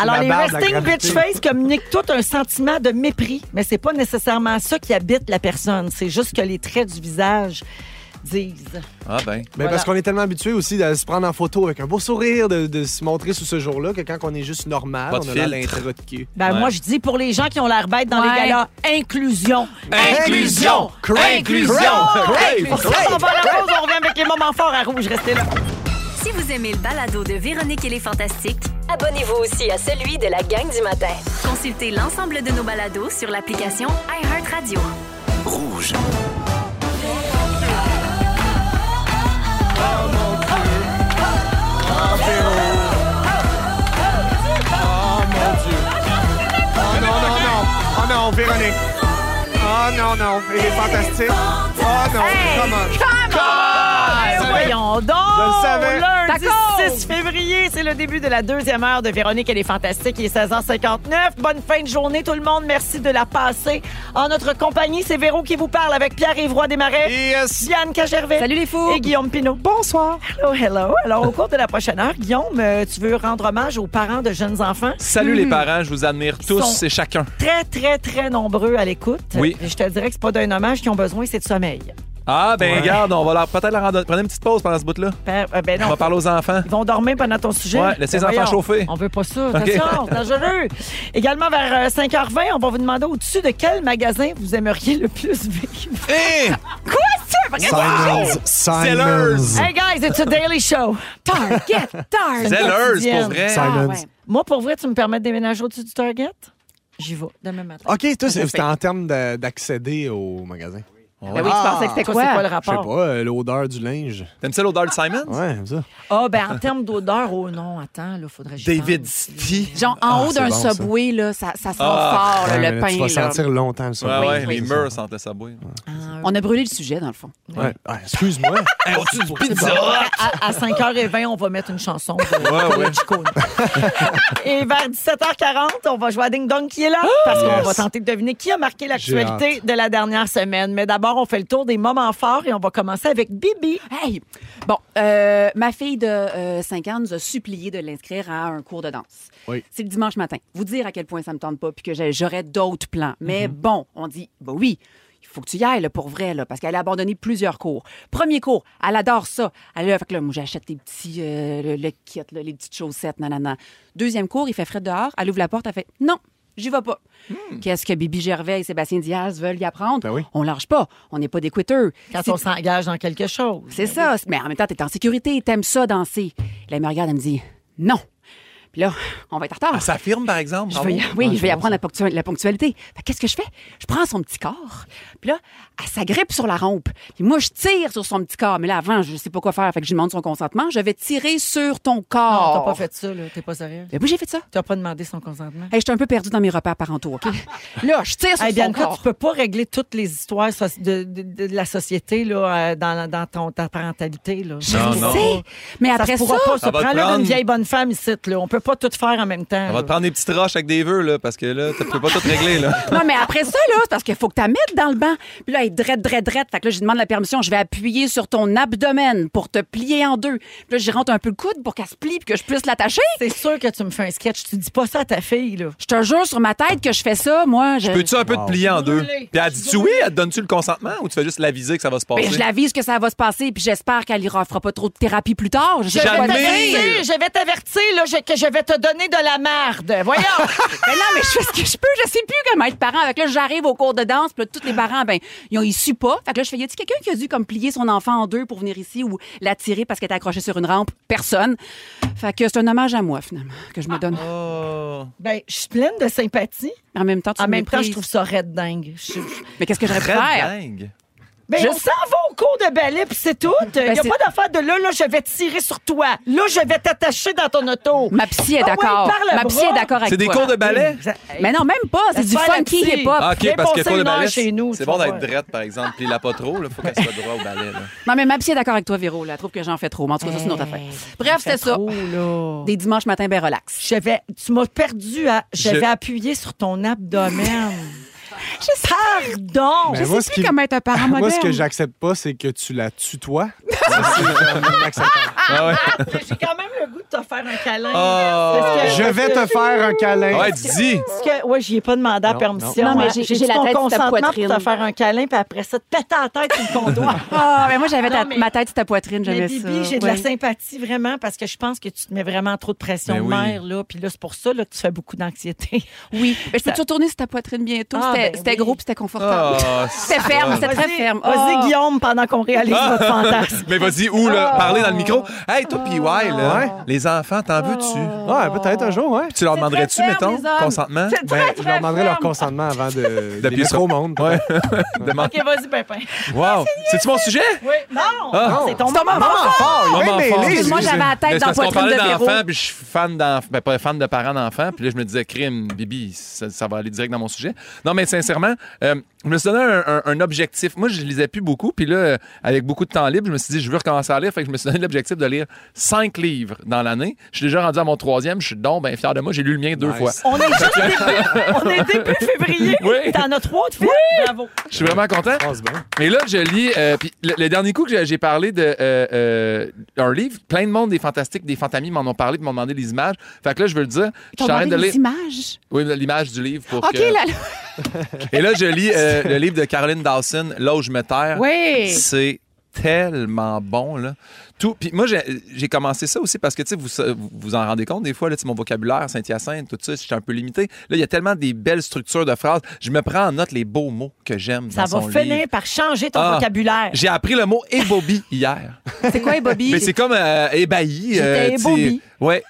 Alors,
La
les
barbe, la
resting
gravité.
bitch face communiquent tout un sentiment de mépris, mais c'est pas nécessairement ça qui habite la personne. C'est juste que les traits du visage disent.
Ah ben.
Mais parce qu'on est tellement habitué aussi de se prendre en photo avec un beau sourire, de, de se montrer sous ce jour-là, que quand on est juste normal,
Pas de
on a l'air d'un
filtre.
trou de cul.
Ben,
Ouais.
moi, je dis pour les gens qui ont l'air bêtes dans
Ouais.
les galas, inclusion.
Inclusion! Inclusion!
Pour ça, on s'en va à la pause, on revient avec les moments forts à rouge. Restez là.
Si vous aimez le balado de Véronique et les Fantastiques,
Abonnez-vous aussi à celui de la gang du matin.
consultez l'ensemble de nos balados sur l'application iHeartRadio.
Oh non, non, non. Oh non, Véronique. Oh non, non. Il est fantastique. Oh non, comment?
Ben voyons donc!
Je le savais.
Lundi
Tacos!
6 février, c'est le début de la deuxième heure de Véronique. Elle est fantastique. Il est 16h59. Bonne fin de journée, tout le monde. Merci de la passer en notre compagnie. C'est Véro qui vous parle avec Pierre-Yvroy Desmarais,
Yes!
Diane Cagervais
Salut les fous.
et Guillaume Pinault. Bonsoir. Hello, hello. Alors, au cours de la prochaine heure, Guillaume, euh, tu veux rendre hommage aux parents de jeunes enfants?
Salut les parents, je vous admire tous
sont-
et chacun.
Très, très, très nombreux à l'écoute.
Oui.
Et Je te dirais que c'est pas d'un hommage qu'ils ont besoin, c'est de sommeil.
Ah ben regarde, on va leur peut-être leur en donner- Prenez une petite pause pendant ce bout-là.
Ben, euh, ben
On
Ah,
non.
va parler aux enfants.
Ils vont dormir pendant ton sujet.
Ouais, laissez les
Ben
enfants
voyons,
chauffer.
On veut pas ça.
OK.
Attention, c'est dangereux. Également, vers euh, 5h20, on va vous demander au-dessus de quel magasin vous aimeriez le plus vivre.
Hey!
Simons. Simons.
Hey, guys, it's a daily show.
Target, Target.
Zellers,
quotidienne.
pour vrai.
Ah,
Simons.
ouais.
Moi, pour vrai, tu me permets de déménager au-dessus du Target? J'y vais demain matin.
OK, toi, c'est- c'était en termes de- d'accéder au magasin.
Ben oui, tu pensais que c'était
Toi,
quoi?
c'est quoi le
Je sais
rapport?
pas, euh, l'odeur du linge.
T'aimes ça l'odeur de Simon?
Ouais, comme ça.
Ah, ben, en termes d'odeur, oh non, attends, là, faudrait que j'y
David
pense.
City.
Genre, en haut
c'est
d'un
bon, ça.
subway, là, Ah, ça, ça sent
Ah,
fort, là,
Ouais,
le
mais
pain.
tu vas
là.
sentir longtemps le son.
Ouais, ouais,
oui,
les murs sentaient ça bouille.
Ah,
On a brûlé le sujet, dans le fond.
Ouais. Ah, Excuse-moi.
Pizza!
À, à 5h20, on va mettre une chanson de
Ouais, ouais.
Chico. Et vers 17h40, on va jouer à Ding Dong qui est là
Ah!
parce qu'on
Yes.
va tenter de deviner qui a marqué l'actualité
J'ai
de la dernière semaine. Mais d'abord, on fait le tour des moments forts et on va commencer avec Bibi.
Hey! Bon, euh, ma fille de 5 ans nous a supplié de l'inscrire à un cours de danse.
Oui.
C'est le
Mhm.
dimanche matin. Vous dire à quel point ça me tente pas puis que j'ai- j'aurais d'autres plans. Mais bon, on dit, bah oui, il faut que tu y ailles là, pour vrai, là, parce qu'elle a abandonné plusieurs cours. Premier cours, elle adore ça. Elle a fait que là, moi, j'achète les petits euh, le, le kit, là, les petites chaussettes, nanana. Deuxième cours, il fait frais dehors. Elle ouvre la porte, elle fait non. J'y vais pas. Qu'est-ce que Bibi Gervais et Sébastien Diaz veulent y apprendre?
Hmm. Ben oui.
On lâche pas. On n'est pas des quitteurs.
Quand
Si
on s'engage dans quelque chose.
c'est ça. Mais en même temps, t'es en sécurité, t'aimes ça danser. Là, elle me regarde, elle me dit non. Puis là, on va être en retard.
Ah, ça affirme, par exemple.
Je
bravo.
veux
Ah,
y- oui, je vais y apprendre la, ponctua- la ponctualité. Fait que Qu'est-ce que je fais? Je prends son petit corps, puis là, elle s'agrippe sur la rampe. Puis moi, je tire sur son petit corps. Mais là, avant, je sais pas quoi faire. Fait que je lui demande son consentement. Je vais tirer sur ton
Non,
corps.
t'as pas fait ça, là. T'es pas sérieux.
Mais oui, j'ai fait ça.
T'as pas demandé son consentement.
Hey, j'étais un peu perdue dans mes repères parentaux, OK? là, je tire sur
Hey,
son
Bianca,
corps.
tu peux pas régler toutes les histoires soci- de, de- de la société là, euh, dans, dans ton, ta parentalité. Là.
Je
Non,
le
non.
sais. Mais
ça se
après ça,
pourra pas. Ça,
Ça va te
prend là, une
prendre-
vieille bonne femme ici. Là. On peut pas tout faire en même temps.
On va
là.
te prendre des petites roches avec des vœux, là, parce que là, tu peux pas tout régler, là.
Non, mais après ça, là, c'est parce qu'il faut que tu la mettes dans le banc. Puis là, elle est drette, drette, drette. Fait que là, je lui demande la permission. Je vais appuyer sur ton abdomen pour te plier en deux. Puis là, j'y rentre un peu le coude pour qu'elle se plie puis que je puisse l'attacher.
C'est sûr que tu me fais un sketch. Tu dis pas ça à ta fille. Là.
Je te jure sur ma tête que je fais ça, moi. Je,
Peux-tu un peu te plier en deux?
Brûlé.
Puis elle dit-tu oui? Elle te donne-tu le consentement ou tu fais juste l'aviser que ça va se passer?
Ben, je l'avise que ça va se passer, puis j'espère qu'elle ira fera pas trop de thérapie plus tard. Je sais
Je vais
pas
Jamais.
dire.
t'avertir, je vais t'avertir là, je- que je vais te donner de la merde. Voyons.
Mais
Ben,
non, mais je fais ce que je peux. Je sais plus comment être parent. Fait que là, j'arrive au cours de danse, puis là, tous les parents, ben, ils ont issu pas. Fait que là, je fais, y a-t-il quelqu'un qui a dû comme plier son enfant en deux pour venir ici ou l'attirer parce qu'elle était accrochée sur une rampe? Personne. Fait que c'est un hommage à moi, finalement, que je me donne.
Oh.
ben, je suis pleine de sympathie.
En même temps, tu
En
me
même temps, je
méprises.
trouve ça red dingue. Je-
Mais qu'est-ce que j'aurais pu
Très
faire?
dingue.
Ben,
Je-
on s'en va au cours de ballet, puis c'est tout. Il n'y a
c'est-
pas d'affaire de là, là, je vais tirer sur toi. Là, je vais t'attacher dans ton auto.
Ma psy est
Ah ouais,
d'accord.
par le
Ma psy
bras. Ben,
est d'accord avec
C'est des
toi.
cours de ballet?
Mais non, même pas. C'est du
Laisse faire la
funky
psy.
hip-hop.
Ah,
Viens
OK, parce
passer
que cours de
une heure
ballet,
chez nous, tu
c'est bon
vas
d'être
voir.
drette, par exemple. Puis la pas trop, là. Faut qu'elle soit droite au ballet, là.
Non, mais ma psy est d'accord avec toi, Véro. là. Elle trouve que j'en fais trop. Mais en tout cas, ça, c'est une autre affaire. Bref, c'était ça.
ben, Trop, là.
Des dimanches matins, ben relax.
Je vais- tu m'as perdu à. Je,
Je-
vais appuyer sur ton abdomen. Pardon.
Ben,
Je
moi,
sais
ce
plus
qui-
comment être un parent moderne.
Moi, ce que j'accepte pas, c'est que tu la tutoies. Ça, c'est vraiment inacceptable.
J'ai quand même le goût de te faire un câlin.
Oh.
Parce que-
Je vais te faire un câlin.
Ah Ouais, dis
Parce que, ouais, j'y ai pas demandé la
Non,
permission.
non. Non, mais
hein.
j'ai-
J'ai
j'ai
dit
la
ton
tête sur ta
consentement
poitrine.
pour te faire un câlin, puis après ça, te péter la tête sur le comptoir.
Ah, mais moi, j'avais ta-
Non, mais-
ma tête sur ta poitrine,
Mais
j'aimais ça.
Bibi, j'ai de la
Ouais.
sympathie vraiment parce que je pense que tu te mets vraiment trop de pression
Ben
de
oui.
mère, là. Puis là, c'est pour ça là, que tu fais beaucoup d'anxiété.
Oui. Mais je peux te retourner sur ta poitrine bientôt.
Ah,
c'était
ben
c'était
oui.
gros puis c'était confortable.
Ah,
C'était ferme, c'était très
Vas-y,
ferme.
Vas-y,
Oh.
Guillaume, pendant qu'on réalise votre fantasme.
Mais vas-y, où, là?
Ah.
Parler dans le micro. Hey, toi, PY, là,
Ouais.
les enfants, t'en veux-tu?
Ah.
Ouais, peut-être un jour, ouais.
Tu leur demanderais-tu,
très ferme,
mettons,
les hommes.
consentement?
Ben, je leur demanderai leur consentement avant de, de les
D'appuyer
mettre
sur-
au monde.
Ouais. Demande.
OK, vas-y, Pimpin.
Wow! C'est-tu mon sujet?
Oui. Non,
Ah.
c'est ton
C'est ton
moment.
moment
fort, il est
Moment
bien
fort,
mêlé,
Parce que moi,
lui.
j'avais la
Mais
tête
c'est
dans la
parce qu'on
poitrine
parlait
de Véro.
d'enfants, puis je suis fan d'enfants, ben pas fan de parents d'enfants, puis là je me disais, crime, Bibi, ça, ça va aller direct dans mon sujet. Non, mais sincèrement, euh, je me suis donné un, un- un objectif. Moi, je lisais plus beaucoup, puis là, euh, avec beaucoup de temps libre, je me suis dit, je veux recommencer à lire, fait que je me suis donné l'objectif de lire cinq livres dans l'année. Je suis déjà rendu à mon troisième, je suis donc bien fier de moi, j'ai lu le mien deux
Nice.
fois.
On est juste début, on est début février.
Oui.
T'en as trois de fait. Bravo.
Je suis vraiment content.
Pense bien.
Mais là, je lis. euh, puis le, le dernier coup que j'ai- j'ai parlé de euh, euh, un livre, plein de monde des fantastiques, des fantamis m'en ont parlé, puis m'ont demandé les images. Fait que là, je veux le dire,
Ils t'ont
j'arrête de
demandé
lire.
des images.
Oui, l'image du livre pour
OK,
que-
là. là.
Et là, je lis euh, le livre de Caroline Dawson, Là où je me terre.
Oui.
C'est tellement bon, là. Tout. Puis moi, j'ai- j'ai commencé ça aussi parce que, tu sais, vous, sa- vous vous en rendez compte des fois, là, tu sais, mon vocabulaire, Saint-Hyacinthe, tout ça, j'étais un peu limité. Là, il y a tellement des belles structures de phrases. Je me prends en note les beaux mots que j'aime
Ça
dans
va
son
finir
livre.
par changer ton
Ah.
vocabulaire.
J'ai appris le mot ébobie hier.
C'est quoi, Bobby?
Mais c'est comme euh, ébahi.
J'étais
tu sais.
ébobie.
Ouais.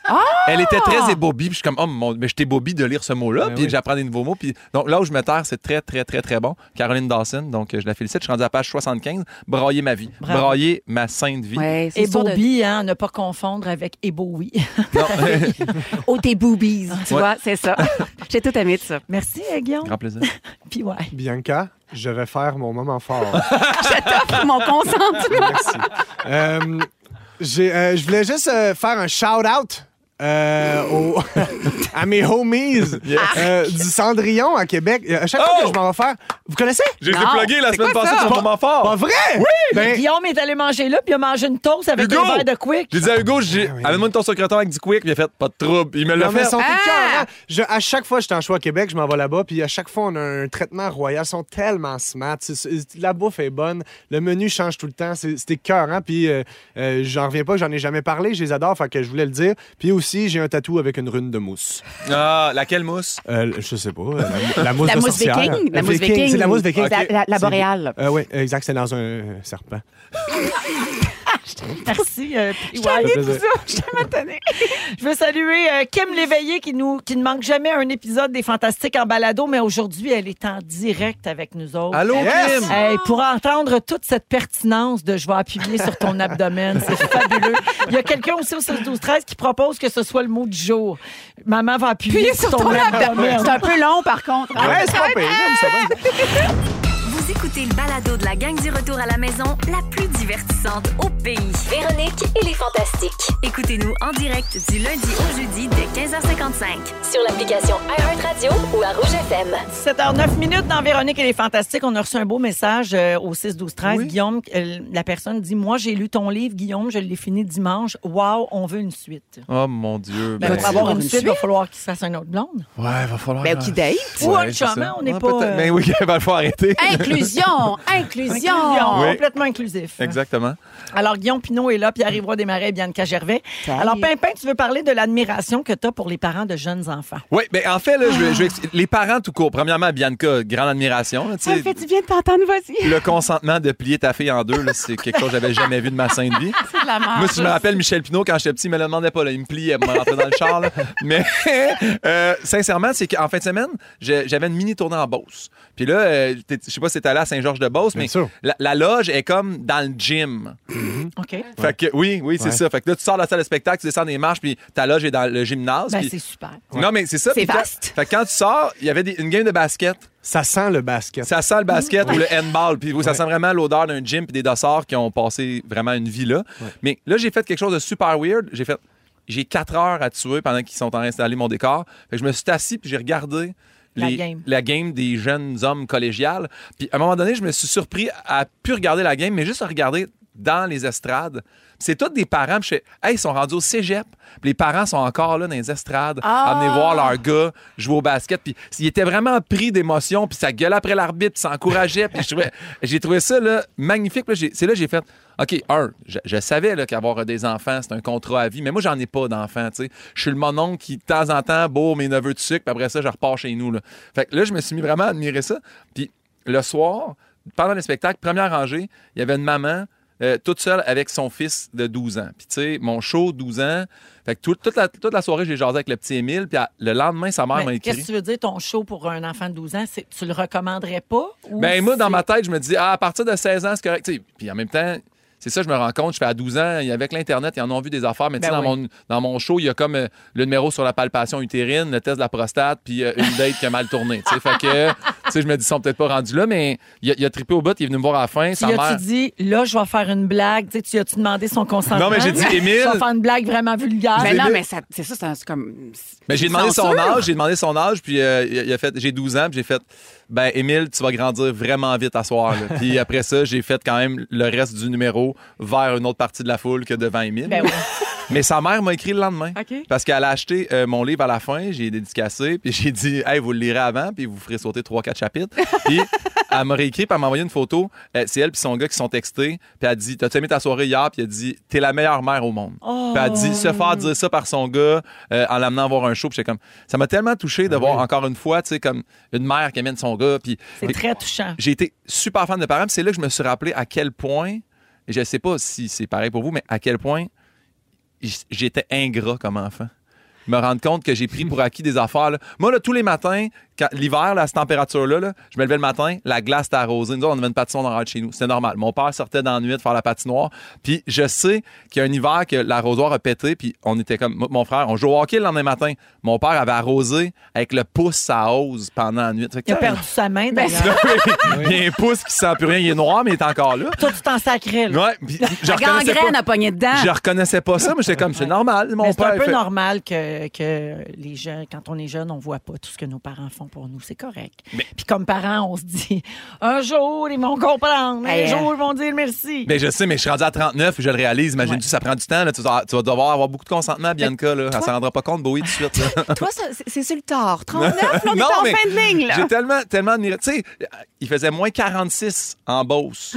Elle était très ébobie. Puis je suis comme, oh mon, mais j'étais ébobie de lire ce mot-là.
Ben
puis
oui.
j'apprends des nouveaux mots. Puis donc là où je me terre, c'est très, très, très, très bon. Caroline Dawson, donc euh, je la félicite. Je suis rendu à la page 75. Brailler ma vie.
Bravo.
Brailler ma sainte vie.
Ouais, c'est
Et
l'histoire de-
Bobby, hein, ne pas confondre avec Ebowie.
Non.
Oh, tes boobies. Tu
Ouais.
vois, c'est ça. J'ai tout aimé de ça.
Merci, Guillaume.
Grand plaisir.
Puis ouais.
Bianca, je vais faire mon moment fort.
Je t'offre Ah, mon consentement.
Merci. Euh, j'ai, euh, je voulais juste euh, faire un shout-out euh, au- à mes homies euh, du Cendrillon à Québec. Euh, À chaque fois que
Oh!
je m'en vais faire. Vous connaissez?
J'ai
Non.
plugué la
C'est
semaine
quoi
passée
ça?
sur mon moment fort.
Pas vrai? Oui!
Guillaume est allé manger là, puis il a mangé une toast avec
Ben, Hugo!
un verre de quick.
J'ai dit à Hugo, j'ai...
oui.
amène-moi ton secrétaire avec du quick, puis il a fait pas de trouble. Il me l'a
Non, mais
fait.
ils sont tout
Ah!
cœur, hein. Je- à chaque fois, j'étais en choix à Québec, je m'en vais là-bas, puis à chaque fois, on a un traitement royal. Ils sont tellement smart. C'est- c'est- La bouffe est bonne. Le menu change tout le temps. C'est- C'était cœur, hein? Puis euh, euh, j'en reviens pas, j'en ai jamais parlé. Je les adore, fait que je voulais le dire. Puis aussi, j'ai un tatou avec une rune de mousse.
Ah, laquelle mousse?
Euh, je sais pas. La, la mousse
La
de
mousse
sorcière.
viking. La mousse viking.
C'est la mousse viking.
Ok.
La, la- la
C'est-
boréale.
Euh, oui, exact. C'est dans un euh, serpent.
Merci. euh, PY.
Ça fait plaisir.
Je veux saluer euh, Kim Léveillé qui, nous, qui ne manque jamais un épisode des Fantastiques en balado, mais aujourd'hui, elle est en direct avec nous autres.
Allô,
Yes!
Kim?
Hey, pour entendre toute cette pertinence de je vais appuyer sur ton abdomen, c'est fabuleux. Il y a quelqu'un aussi au 12 13 qui propose que ce soit le mot du jour. Maman va appuyer
Appuyez
sur, ton, abdomen.
C'est un peu long, par contre.
Ouais, c'est pas pire, mais c'est bon.
Vous écoutez le balado de la gang du retour à la maison, la plus divertissante au pays.
Véronique et les Fantastiques.
Écoutez-nous en direct du lundi au jeudi dès 15h55.
Sur l'application iHeartRadio ou à Rouge FM.
7h09 minutes dans Véronique et les Fantastiques. On a reçu un beau message euh, au 6 12 13 Guillaume, euh, la personne dit Moi, j'ai lu ton livre, Guillaume, je l'ai fini dimanche. Wow, on veut une suite.
Oh mon Dieu.
Ben,
ben,
pour avoir une suite, il va falloir qu'il se fasse un autre blonde.
Ouais, va falloir.
Ben, qui date?
Ou un chum, hein, on n'est pas, euh,
Ah, Mais oui, il va falloir arrêter.
Inclusion! Inclusion!
Inclusion,
Oui.
complètement inclusif.
Exactement.
Alors, Guillaume Pinot est là, Pierre-Yves Desmarais et Bianca Gervais.
Salut.
Alors, Pimpin, tu veux parler de l'admiration que tu as pour les parents de jeunes enfants.
Oui, mais en fait, là, je vais- je vais expli- les parents tout court. Premièrement, Bianca, grande admiration. là, tu sais,
du bien de t'entendre, vas-y.
le consentement de plier ta fille en deux, là, c'est quelque chose que j'avais jamais vu de ma sainte vie.
C'est de la merde.
Moi, si je me rappelle, Michel Pinot, quand j'étais petit, il me le demandait pas. Là. Il me pliait pour me rentrer dans le char. là. Mais euh, sincèrement, c'est qu'en fin de semaine, je- j'avais une mini tournée en Beauce. Puis là, euh, t'es- je sais pas si t'es allé à Saint-Georges-de-Beauce,
Bien
mais
sûr.
la, la loge est comme dans le gym.
OK?
Fait que oui, oui, c'est
Ouais.
ça. Fait que là, tu sors de la salle de spectacle, tu descends des marches, puis ta loge est dans le gymnase.
Ben,
puis-
c'est super.
Non, mais c'est ça.
C'est
puis quand-
vaste.
Fait que quand tu sors, il y avait des- une game de basket.
Ça sent le basket.
Ça sent le
Ah
basket ou le handball. Puis oui, ça sent vraiment l'odeur d'un gym et des dossards qui ont passé vraiment une vie là. Mais là, j'ai fait quelque chose de super weird. J'ai fait. J'ai quatre heures à tuer pendant qu'ils sont en train d'installer mon décor. Fait que je me suis assis puis j'ai regardé.
La
les-
game.
la game des jeunes hommes collégiales. Puis à un moment donné, je me suis surpris à plus regarder la game, mais juste à regarder dans les estrades. Puis C'est tous des parents. puis je fais, hey, ils sont rendus au cégep. Puis les parents sont encore là dans les
Ah
estrades, à venir voir leur gars jouer au basket. Puis ils étaient vraiment pris d'émotion, puis ça gueule après l'arbitre, puis ça encourageait. puis je trouvais- j'ai trouvé ça là, magnifique. Puis là, j'ai- C'est là que j'ai fait. OK, un, je, je savais là, qu'avoir des enfants, c'est un contrat à vie, mais moi, j'en ai pas d'enfants, tu sais. Je suis le monon qui, de temps en temps, bourre mes neveux de sucre, puis après ça, je repars chez nous, là. Fait que là, je me suis mis vraiment à admirer ça. Puis le soir, pendant le spectacle, première rangée, il y avait une maman euh, toute seule avec son fils de 12 ans. Puis tu sais, mon show, 12 ans. Fait que tout- toute, la, toute la soirée, j'ai jasé avec le petit Émile, puis à- le lendemain, sa mère m'a
Mais Ben, Qu'est-ce
écrit.
que tu veux dire, ton show pour un enfant de 12 ans, c'est- tu le recommanderais pas? ou
Ben moi, dans
c'est-
ma tête, je me dis, ah, à partir de 16 ans, c'est correct. Tu sais, Puis en même temps, c'est ça, je me rends compte, je fais à 12 ans, et avec l'Internet, ils en ont vu des affaires, mais tu sais,
Ben
dans, mon, dans mon show, il y a comme euh, le numéro sur la palpation utérine, le test de la prostate, puis euh, une date qui a mal tourné. Tu sais, fait que, tu sais, je me dis, ils sont peut-être pas rendus là, mais il a, il a trippé au bout, il est venu me voir à la fin,
Tu
sa
lui
mère.
as-tu dit, là, je vais faire une blague? Tu sais, tu lui as-tu demandé son consentement?
Non, mais j'ai dit, Émile-
Je vais faire une blague vraiment vulgaire. Ben
Mais
l'ai
Ah, ben non,
lu.
mais ça- c'est ça, c'est un- c'est comme.
Mais j'ai
une
demandé son
censure.
âge, j'ai demandé son âge, puis euh, il a- il a fait, j'ai 12 ans, puis j'ai fait, ben Émile, tu vas grandir vraiment vite à soir. là. puis après ça, j'ai fait quand même le reste du numéro vers une autre partie de la foule que devant Émile.
Ben oui.
Mais sa mère m'a écrit le lendemain.
OK.
Parce qu'elle a acheté euh, mon livre à la fin, j'ai dédicacé, puis j'ai dit, hey, vous le lirez avant, puis vous ferez sauter 3-4 chapitres. puis elle m'a réécrit, puis elle m'a envoyé une photo. Euh, c'est elle, puis son gars qui sont textés. Puis elle a dit, t'as-tu aimé ta soirée hier? Puis elle a dit, t'es la meilleure mère au monde. Puis elle a dit, se faire dire ça par son gars euh, en l'amenant voir un show, puis j'étais comme, ça m'a tellement touché
Ah
de voir encore une fois, tu sais, comme une mère qui amène son gars, puis.
C'est très touchant.
J'ai été super fan de parents. puis C'est là que je me suis rappelé à quel point, et je ne sais pas si c'est pareil pour vous, mais à quel point j- j'étais ingrat comme enfant. Me rendre compte que j'ai pris pour acquis des affaires. là. Moi, là, tous les matins, quand- l'hiver, là, à cette température-là, là, je me levais le matin, la glace était arrosée. Nous autres, on avait une patinoire dans l'arrière de chez nous. C'était normal. Mon père sortait dans la nuit de faire la patinoire. Puis je sais qu'il y a un hiver que l'arrosoir a pété, puis on était comme... moi, Mon frère, on jouait au hockey le lendemain matin. Mon père avait arrosé avec le pouce à hausse pendant la nuit. Fait que-
Il a perdu sa main,
Ben,
d'ailleurs.
il y a un pouce qui sent plus rien. Il est noir, mais il est encore là.
Toi, tu t'en sacrais, là.
Ouais, puis je
La
reconnaissais pas-
gangrène a pogné dedans.
je reconnaissais pas ça, mais j'étais comme, c'est normal, mon
Mais c'est
père.
un peu
fait-
normal que, que les jeunes, quand on est jeune, on voit pas tout ce que nos parents font pour nous. C'est correct. Puis comme parents, on se dit, un jour, ils vont comprendre. Un
Hey,
jour, ils vont dire merci.
Mais je sais, mais je suis rendu à 39 et je le réalise. Imagine-tu, ça prend du temps. Là, tu, vas, tu vas devoir avoir beaucoup de consentement, Bianca. Là. Elle s'en rendra pas compte, Bowie, tout de suite. là.
Toi, ça, c'est- c'est sur le tard. 39, là, on
Non,
est Ah, en
mais
fin de ligne, là.
J'ai tellement, tellement admiré. Tu sais, il faisait moins 46 en Beauce.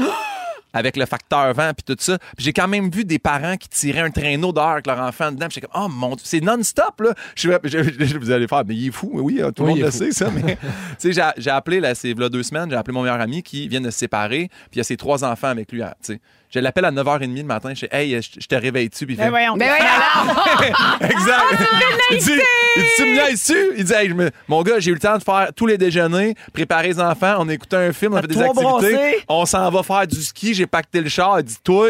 Avec le facteur vent puis tout ça. Puis j'ai quand même vu des parents qui tiraient un traîneau dehors avec leur enfant dedans. Puis j'étais comme, oh mon Dieu, c'est non-stop, là. Je, suis- je- je- vous allez faire, mais il est fou. Oui, euh, tout le
Oui,
monde
il est
le
fou.
sait, ça. Mais, tu sais, j'ai- j'ai appelé, là, c'est là deux semaines, j'ai appelé mon meilleur ami qui vient de se séparer. Puis il y a ses trois enfants avec lui, hein, tu sais. Je l'appelle à 9h30 le matin. Je dis, hey, je, je te réveille-tu? Puis il fait,
voyons.
Ben oui, alors,
Exact.
Ah,
il dit, il dit, tu me niaises-tu? Il dit, Hey, je me- mon gars, j'ai eu le temps de faire tous les déjeuners, préparer les enfants, on a écouté un film, on a fait des
trop
activités,
brassé.
on s'en va faire du ski, j'ai pacté le char. Il dit, toi?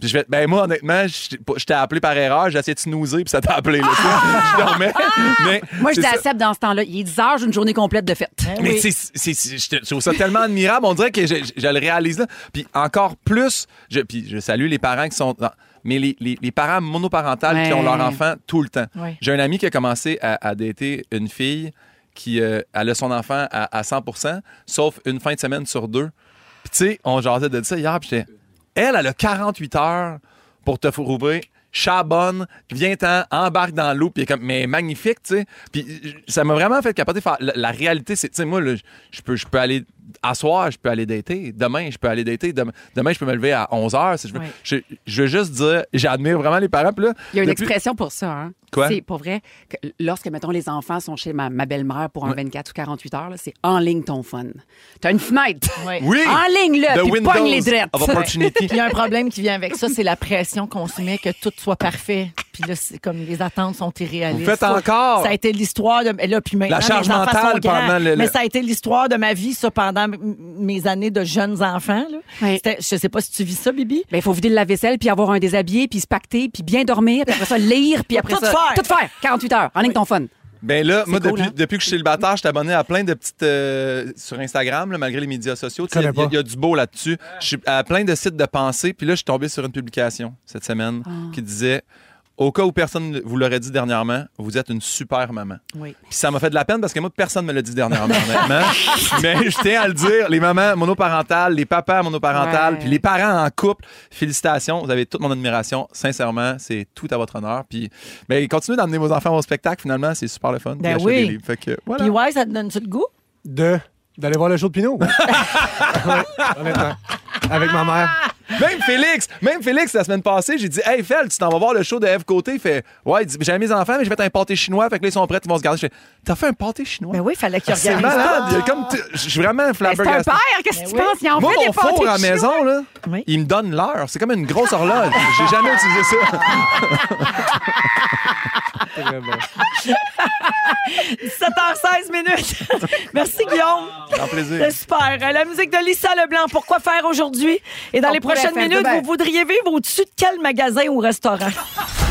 Puis je fais, ben moi, honnêtement, je t'ai- je t'ai appelé par erreur, j'ai essayé de snoozer, puis ça t'a appelé. là. je dormais. Mais,
Ah! moi, je
c'est
dis à
ça.
Seb dans ce temps-là, il est 10 heures, j'ai une journée complète de fête.
Mais c'est- c'est- c'est- je te- je trouve ça tellement admirable. On dirait que je, je- je le réalise là. Puis encore plus, je, puis je salue les parents qui sont. dans- mais les, les- les parents monoparentales qui
Ouais.
ont leur enfant tout le temps.
Ouais.
J'ai un ami qui a commencé à, à dater une fille qui euh, elle a son enfant à, à 100 sauf une fin de semaine sur deux. Puis tu sais, on jasait de ça hier, puis j'étais. Elle, elle a 48 heures pour te trouver. Chabonne, viens-t'en, embarque dans l'eau, puis elle est comme, mais magnifique, tu sais. Puis j- ça m'a vraiment fait capoter. Faire, la, la réalité, c'est, tu sais, moi, là, je peux, je peux aller, à soir, je peux aller dater. Demain, je peux aller dater. Demain, demain, je peux me lever à 11 h. Si je, veux.
Ouais.
je, je veux juste dire, j'admire vraiment les parents. Puis là,
Il y a une
depuis-
expression pour ça. Hein?
Quoi?
C'est pour vrai. Que lorsque, mettons, les enfants sont chez ma, ma belle-mère pour un 24 ou 48 heures, là, c'est en ligne ton fun. T'as une fenêtre.
Ouais.
Oui!
En ligne, là.
The
Puis
windows
pogne les drettes.
of opportunity.
Puis il y a un problème qui vient avec ça, c'est la pression qu'on se met que tout soit parfait. Puis là, c'est comme les attentes sont irréalistes.
Vous faites encore?
Ça a été l'histoire de et là, puis maintenant,
La charge
mes enfants
mentale
sont grands.
pendant le- le-
Mais ça a été l'histoire de ma vie, ça, pendant m- mes années de jeunes enfants. Là.
Ouais.
C'était- Je sais pas si tu vis ça, Bibi.
Ben, il faut vider le lave-vaisselle, puis avoir un déshabillé, puis se pacter, puis bien dormir, puis après ça, lire, puis après
Tout
ça.
faire.
Tout faire. 48 heures. En ligne ton fun.
Ben là, moi,
cool,
depuis,
hein?
depuis que je suis célibataire, je suis abonné à plein de petites. euh, sur Instagram, là, malgré les médias sociaux. Tu sais,
Connais
Il y a-
pas.
il y, a du beau là-dessus. Je suis à plein de sites de pensée. Puis là, je suis tombé sur une publication cette semaine qui disait Au cas où personne ne vous l'aurait dit dernièrement, vous êtes une super maman.
Oui.
Puis ça m'a fait de la peine parce que moi, personne me l'a dit dernièrement, honnêtement. Mais je tiens à le dire, les mamans monoparentales, les papas monoparentales,
Ouais.
puis les parents en couple, félicitations, vous avez toute mon admiration. Sincèrement, c'est tout à votre honneur. Puis ben, continuez d'emmener vos enfants au spectacle, finalement, c'est super le fun.
Ben
Puis
oui.
achetez des livres. Fait que, voilà.
Puis ouais, ça te donne-tu le goût?
De d'aller voir le show de Pinot. Ouais, honnêtement. Avec ma mère.
Même Félix, même Félix, la semaine passée, j'ai dit Hey Fel, tu t'en vas voir le show de Eve Côté. Il fait Ouais, il dit, j'avais mes enfants, mais j'ai fait un pâté chinois. Fait que là, ils sont prêts, ils vont se garder. Je fais T'as fait un pâté chinois?
Ben oui, il fallait qu'il
c'est
regarde. Ah.
malade. Il y a comme t- Je suis vraiment
Ben, c'est un
flabbergasté.
père, qu'est-ce que tu
oui.
penses? Il en
Moi,
fait
mon
des pâtés
four à la
de chinois.
maison, là,
Oui.
il me donne l'heure. C'est comme une grosse horloge. J'ai jamais utilisé ça.
Très bon.
7h16 minutes. Merci, Guillaume.
Grand plaisir.
C'est super. Euh, La musique de Lisa Leblanc, pourquoi faire aujourd'hui? Et dans
On
les
pourrait
prochaines
faire
minutes,
demain.
vous voudriez vivre au-dessus de quel magasin ou restaurant?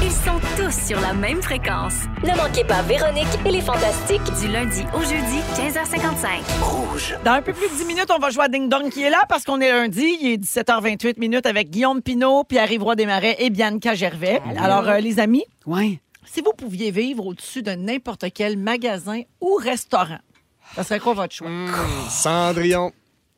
Ils sont tous sur la même fréquence.
Ne manquez pas Véronique et les Fantastiques.
Du lundi au jeudi, 15h55.
Dans un peu plus de 10 minutes, on va jouer à Ding Dong qui est là parce qu'on est lundi. Il est 17h28 minutes avec Guillaume Pinault, Pierre-Yves Desmarais et Bianca Gervais.
Ah
Alors, euh, les amis,
Ouais.
si vous pouviez vivre au-dessus de n'importe quel magasin ou restaurant, ça serait quoi votre choix?
Mmh.
Cendrillon.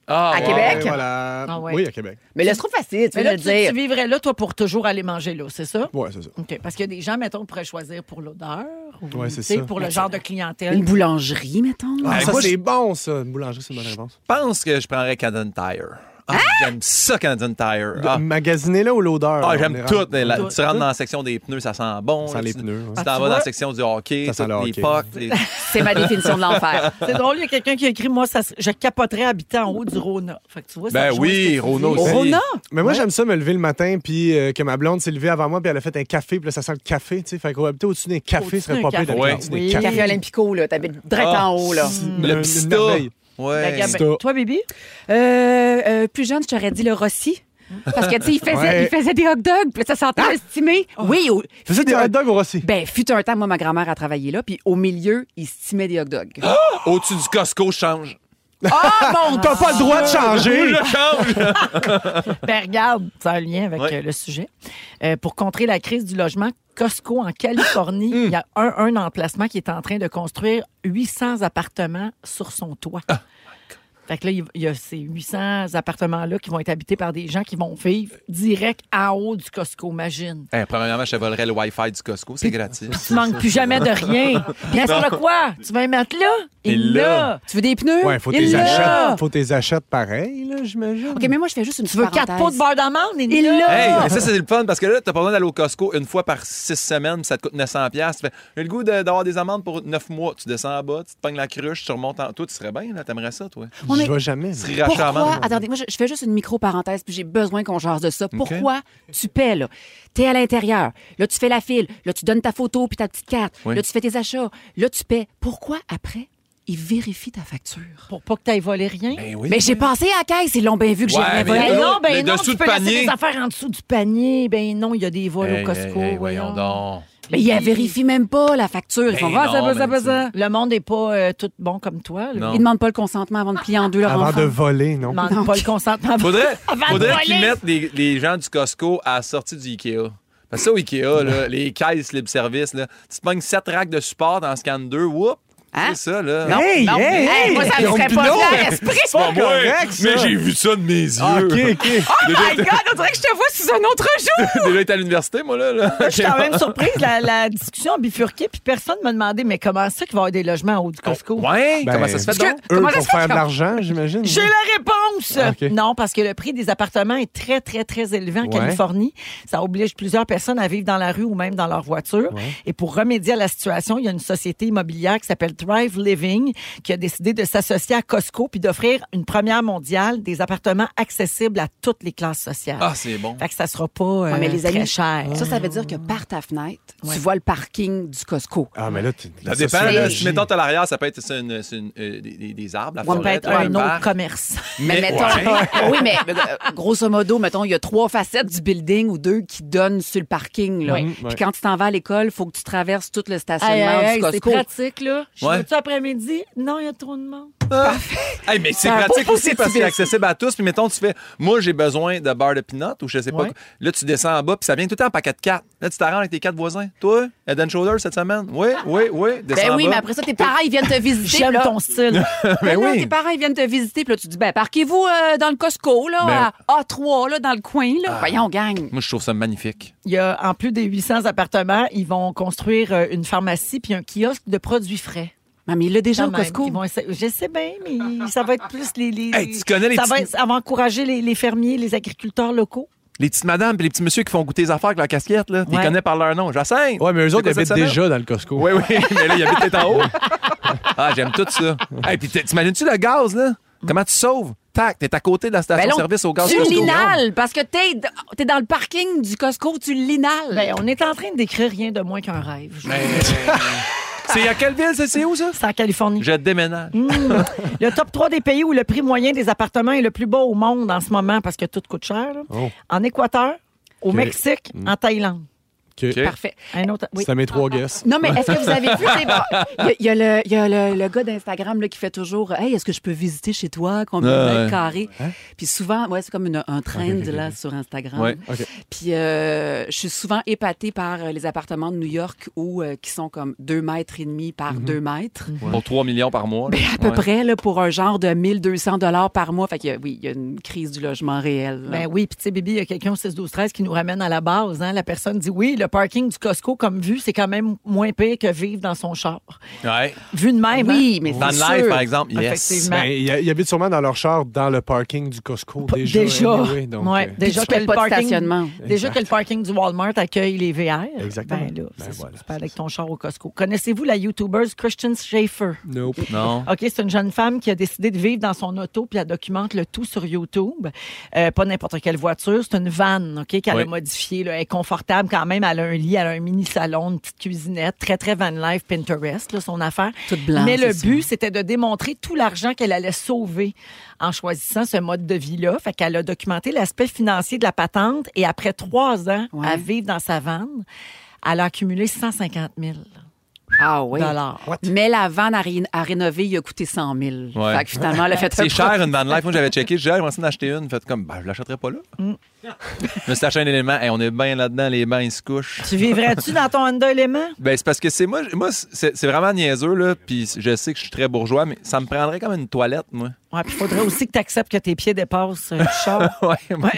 Ah,
à
Ouais,
Québec.
voilà.
Ah ouais.
Oui, à Québec.
Mais là, c'est trop facile, tu
Mais
veux
là,
le
tu,
dire.
tu vivrais là, toi, pour toujours aller manger là, c'est ça?
Ouais, c'est ça.
OK. Parce qu'il y a des gens, mettons, qui pourraient choisir pour l'odeur ou
Ouais, c'est
tu sais,
ça.
pour le genre de clientèle.
Une boulangerie, mettons.
Ah,
Ben,
ça,
moi,
c'est
je-
bon, ça. Une boulangerie, c'est une bonne réponse.
Je pense que je prendrais Canon Tire.
Hein?
Ah, J'aime ça, Canadian Tire. Ah,
Magasiner là ou l'odeur?
Ah,
là, on est
j'aime tout.
rendu-
mais la-
Tout,
tu rentres
tout.
dans la section des pneus, ça sent bon.
Ça sent les
Tu-
pneus, ouais.
Tu
Ah,
t'en vas dans la section du hockey,
Ça sent le
les
hockey.
pucks. les-
C'est ma définition de l'enfer.
C'est drôle, il y a quelqu'un qui a écrit Moi, ça, je capoterais habiter en haut du Rhône. Fait que tu vois, ça
Ben
rejoint
oui,
ce que tu
Rhône
dis.
aussi.
Rhône?
Mais moi, j'aime ça me lever le matin, puis euh, que ma blonde s'est levée avant moi, puis elle a fait un café, puis là, ça sent le café, tu sais. Fait qu'on habiter au-dessus d'un café,
Au-dessus
serait
d'un
pas pire
café.
d'habiter
Ouais.
au-dessus
Oui.
d'un
Café
café.
Olympico, là, t'habites direct
Ah.
en haut, là.
Une-
Le
une
pista.
merveille.
Ouais.
Ben,
Insta.
Toi, bébé?
Euh, euh, plus jeune, je t'aurais dit le Rossi. Parce que, tu sais, il faisait,
Ouais.
il faisait des hot dogs, puis là, ça sentait estimé. Oui, au-
Faisais des
fut un-
hot dogs au Rossi.
Ben, fut un temps, moi, ma grand-mère a travaillé là, puis au milieu, il stimait des hot dogs.
Au-dessus du Costco, je change.
Ah, mon
T'as pas le droit de changer!
Je change!
Ben regarde, ça a un lien avec
Ouais.
euh, le sujet. Euh, pour contrer la crise du logement, Costco en Californie,
Mm.
il y a un, un emplacement qui est en train de construire 800 appartements sur son toit.
Ah,
Fait que là, il y a ces 800 appartements-là qui vont être habités par des gens qui vont vivre direct en haut du Costco, imagine.
Eh, premièrement, je te volerais le Wi-Fi du Costco, c'est gratuit.
Tu manques plus jamais de rien. Bien sûr, quoi? Tu vas y mettre là?
Et
Et
là.
là.
Tu veux des pneus?
Ouais, faut
Il
tes
l'a.
achats. Faut tes achats pareil, là, j'imagine.
OK, mais moi, je fais juste une
Tu veux quatre pots de beurre d'amande? Et là.
Hey, mais ça, c'est le fun parce que là, t'as pas besoin d'aller au Costco une fois par six semaines, puis ça te coûte 900$. piastres. Tu fais, J'ai le goût de- d'avoir des amendes pour neuf mois. Tu descends en bas, tu te pognes la cruche, tu remontes en. Toi, tu serais bien, là, t'aimerais ça, toi.
Ouais, mais
Je vais jamais.
Tu rirais à
Pourquoi?
Charmande.
Attendez, moi, je, je fais juste une micro-parenthèse, puis j'ai besoin qu'on change de ça. Pourquoi tu paies, là? T'es à l'intérieur. Là, tu fais la file. Là, tu donnes ta photo puis ta petite carte.
Oui.
Là, tu fais tes achats. Là, tu paies. Pourquoi, après, ils vérifient ta facture?
Pour pas que t'ailles voler rien.
Ben oui.
Mais j'ai passé à la caisse. Ils l'ont bien vu que j'ai
Ouais,
rien
mais-
volé.
Ben non, ben
Le
non,
dessous
tu
de
peux laisser
panier.
tes affaires en dessous du panier. Ben non, il y a des vols
Hey,
au Costco.
hey, hey, Eh, voyons donc.
Mais ils la vérifient même pas, la facture. Ils font,
Ben
ah, ça,
non,
va, ça,
mais
va,
tu-
ça.
Le monde n'est pas euh, tout bon comme toi. là.
Non.
Ils demandent pas le consentement avant de plier en deux leur
Avant
enfant.
de voler, non?
Il manque pas le consentement.
Faudrait,
Avant de
faudrait
voler.
qu'ils mettent les, les gens du Costco à la sortie du Ikea. Parce que ça, au Ikea, là, les caisses libre-service, là, tu te pognes 7 racks de support dans Scan 2, whoop!
Hein?
C'est ça, là.
Hey,
Non,
hey,
hey, moi, ça me
Guillaume
ferait pas
Pinot.
de l'esprit.
C'est pas moi,
correct, ça.
mais j'ai vu ça de mes yeux.
Ah, OK, OK.
Oh my God, on dirait que je te vois sous un autre jour.
Déjà été à l'université, moi, là. là.
Je suis quand même surprise. La, la discussion a bifurqué, puis personne m'a demandé, mais comment ça qu'il va y avoir des logements au haut du Costco?
Oh, Ouais,
Ben,
comment ça se fait
parce
donc?
Comment
Eux,
ça
pour
se fait
faire de
qu'on-
l'argent, j'imagine.
J'ai la réponse!
Ah, ok.
Non, parce que le prix des appartements est très, très, très élevé en
Ouais.
Californie. Ça oblige plusieurs personnes à vivre dans la rue ou même dans leur voiture. Et pour remédier à la situation, il y a une société immobilière qui s'appelle Thrive Living qui a décidé de s'associer à Costco puis d'offrir une première mondiale des appartements accessibles à toutes les classes sociales.
Ah, c'est bon.
Fait que ça sera pas euh,
Ouais, mais les
très
amis-
cher.
Ça, ça veut dire que par ta fenêtre,
Ouais.
tu vois le parking du Costco.
Ah, mais là, t'es-
Ça
la
dépend. là,
sociologie.
si, mettons, t'as l'arrière, ça peut être ça, une- c'est une- euh, des, des- des arbres, la
Ça peut
forêt,
être un autre
parc.
commerce.
Mais,
Mais-
mettons,
Ouais.
oui, mais euh, grosso modo, mettons, il y a trois facettes du building ou deux qui donnent sur le parking. Là.
Oui.
Puis
Ouais.
quand tu t'en vas à l'école, faut que tu traverses tout le stationnement
Hey, hey,
du
hey, c'est
Costco.
pratique, là. Je
Ouais.
suis après-midi. Non, il y a trop de monde.
Hey, mais c'est
Ah,
pratique
pour-
aussi
pour-
parce que c'est accessible à tous. Puis mettons, tu fais, moi, j'ai besoin de beurre de peanut ou je sais pas.
Ouais.
quoi. Là, tu descends en bas, puis ça vient tout le temps en paquet de 4. Là, tu t'arranges avec tes quatre voisins. Toi, Head and Shoulder cette semaine. Oui, oui, oui. Descends
Ben oui,
en
mais
bas.
après ça, tes parents, ils viennent te visiter.
J'aime
là.
ton style.
Ben
Ben
non,
oui.
Tes parents, ils viennent te visiter. Puis là, tu dis, ben, parquez-vous euh, dans le Costco, là, à A3, là, dans le coin, là. Voyons, gang.
Moi, je trouve ça magnifique.
Il y a, en plus des 800 appartements, ils vont construire euh, une pharmacie puis un kiosque de produits frais.
Non, mais il l'a déjà
Quand
au
même.
Costco.
Ils vont essayer- Je sais bien, mais ça va être plus les. les-
Hey, tu connais les
Mmh. ça, va
petits-
être- ça va encourager les, les fermiers, les agriculteurs locaux.
Les petites madames et les petits messieurs qui font goûter les affaires avec leur casquette, là, tu les
Ouais.
connais par leur nom. Jacinthe!
Ouais, mais eux
C'est
autres
quoi cette
habitent
semaine?
déjà dans le Costco.
Oui, oui, mais là, il habite tout en haut. Ah, j'aime tout ça. Hey, puis t- t'imagines-tu le gaz, là? Comment tu sauves? Tac, t'es à côté de la
Ben non,
station-service au gaz.
tu
Costco.
l'inhales parce que t'es es dans le parking du Costco, tu l'inhales.
Ben, on est en train de décrire rien de moins qu'un rêve. je vous dis.
C'est à quelle ville? C'est c'est où, ça?
C'est en Californie.
Je déménage.
Mm,
Le top 3 des pays où le prix moyen des appartements est le plus bas au monde en ce moment parce que tout coûte cher. là.
Oh.
En Équateur, au
Ok.
Mexique,
Mm.
en Thaïlande.
OK.
Parfait.
Un autre. oui.
C'était mes trois guesses.
Non, mais est-ce que vous avez vu? c'est bon, Il y a- il y a, le, il y a le, le gars d'Instagram là, qui fait toujours Hey, est-ce que je peux visiter chez toi? Combien
Ah,
de mètres
ouais.
carrés? Puis souvent, ouais, c'est comme une- un trend là, sur Instagram.
Ouais.
OK.
Puis euh, je suis souvent épatée par euh, les appartements de New York où, euh, qui sont comme 2 mètres et demi par 2 mètres.
Pour 3 millions par mois. là.
Ben, à peu
Mhm. Ouais.
près là, pour un genre de 1200 dollars par mois. Fait qu'il y a- oui, il y a une crise du logement réel. là.
Ben oui, puis tu sais, Bibi, il y a quelqu'un au 6 12 13 qui nous ramène à la base. Hein? La personne dit oui, le le parking du Costco comme vue, c'est quand même moins pire que vivre dans son char.
Ouais.
Vu de même.
Eh Oui, mais
Van
c'est sûr.
Life, par exemple,
hein?
yes.
Effectivement.
Ben, ils ils habitent sûrement dans leur char, dans le parking du Costco.
Pas-
Déjà.
déjà.
anyway, donc,
Ouais,
euh,
déjà
tu
que
fais
le
pas de
parking,
stationnement.
Déjà
Exact.
que le parking du Walmart accueille les VR.
Exactement.
Ben là,
Ben
c'est sûr,
voilà.
tu peux aller avec ton char au Costco. Connaissez-vous la YouTuber Christian Schaefer?
Nope.
Ah,
Non.
OK, c'est une jeune femme qui a décidé de vivre dans son auto, puis elle documente le tout sur YouTube. Euh, pas n'importe quelle voiture, c'est une vanne, OK, qu'elle
Oui.
a modifiée. là. Elle est confortable quand même, elle a un lit, elle a un mini-salon, une petite cuisinette, très, très van life, Pinterest, là, son affaire.
Toute blanche,
Mais le
c'est
but, c'était de démontrer tout l'argent qu'elle allait sauver en choisissant ce mode de vie-là. Fait qu'elle a documenté l'aspect financier de la patente, et après trois ans
Ouais.
à vivre dans sa vanne, elle a accumulé 150 000
Ah oui.
dollars.
Mais la vanne à, ré- à rénover, il a coûté 100 000.
Ouais.
Fait que finalement, elle a fait un
C'est
profit.
cher une van life. Moi, j'avais checké. J'ai commencé d'en acheter une. Fait comme, ben, je l'achèterais pas là.
Mm.
Je me suis acheté un élément. Hey, on est bien là-dedans. Les bains, ils se couchent.
Tu vivrais-tu dans ton Honda Element?
Ben, c'est parce que c'est moi, moi c'est c'est vraiment niaiseux, là. Puis je sais que je suis très bourgeois, mais ça me prendrait comme une toilette, moi.
Ouais, puis faudrait aussi que tu acceptes que tes pieds dépassent euh, du char.
Ouais, moi.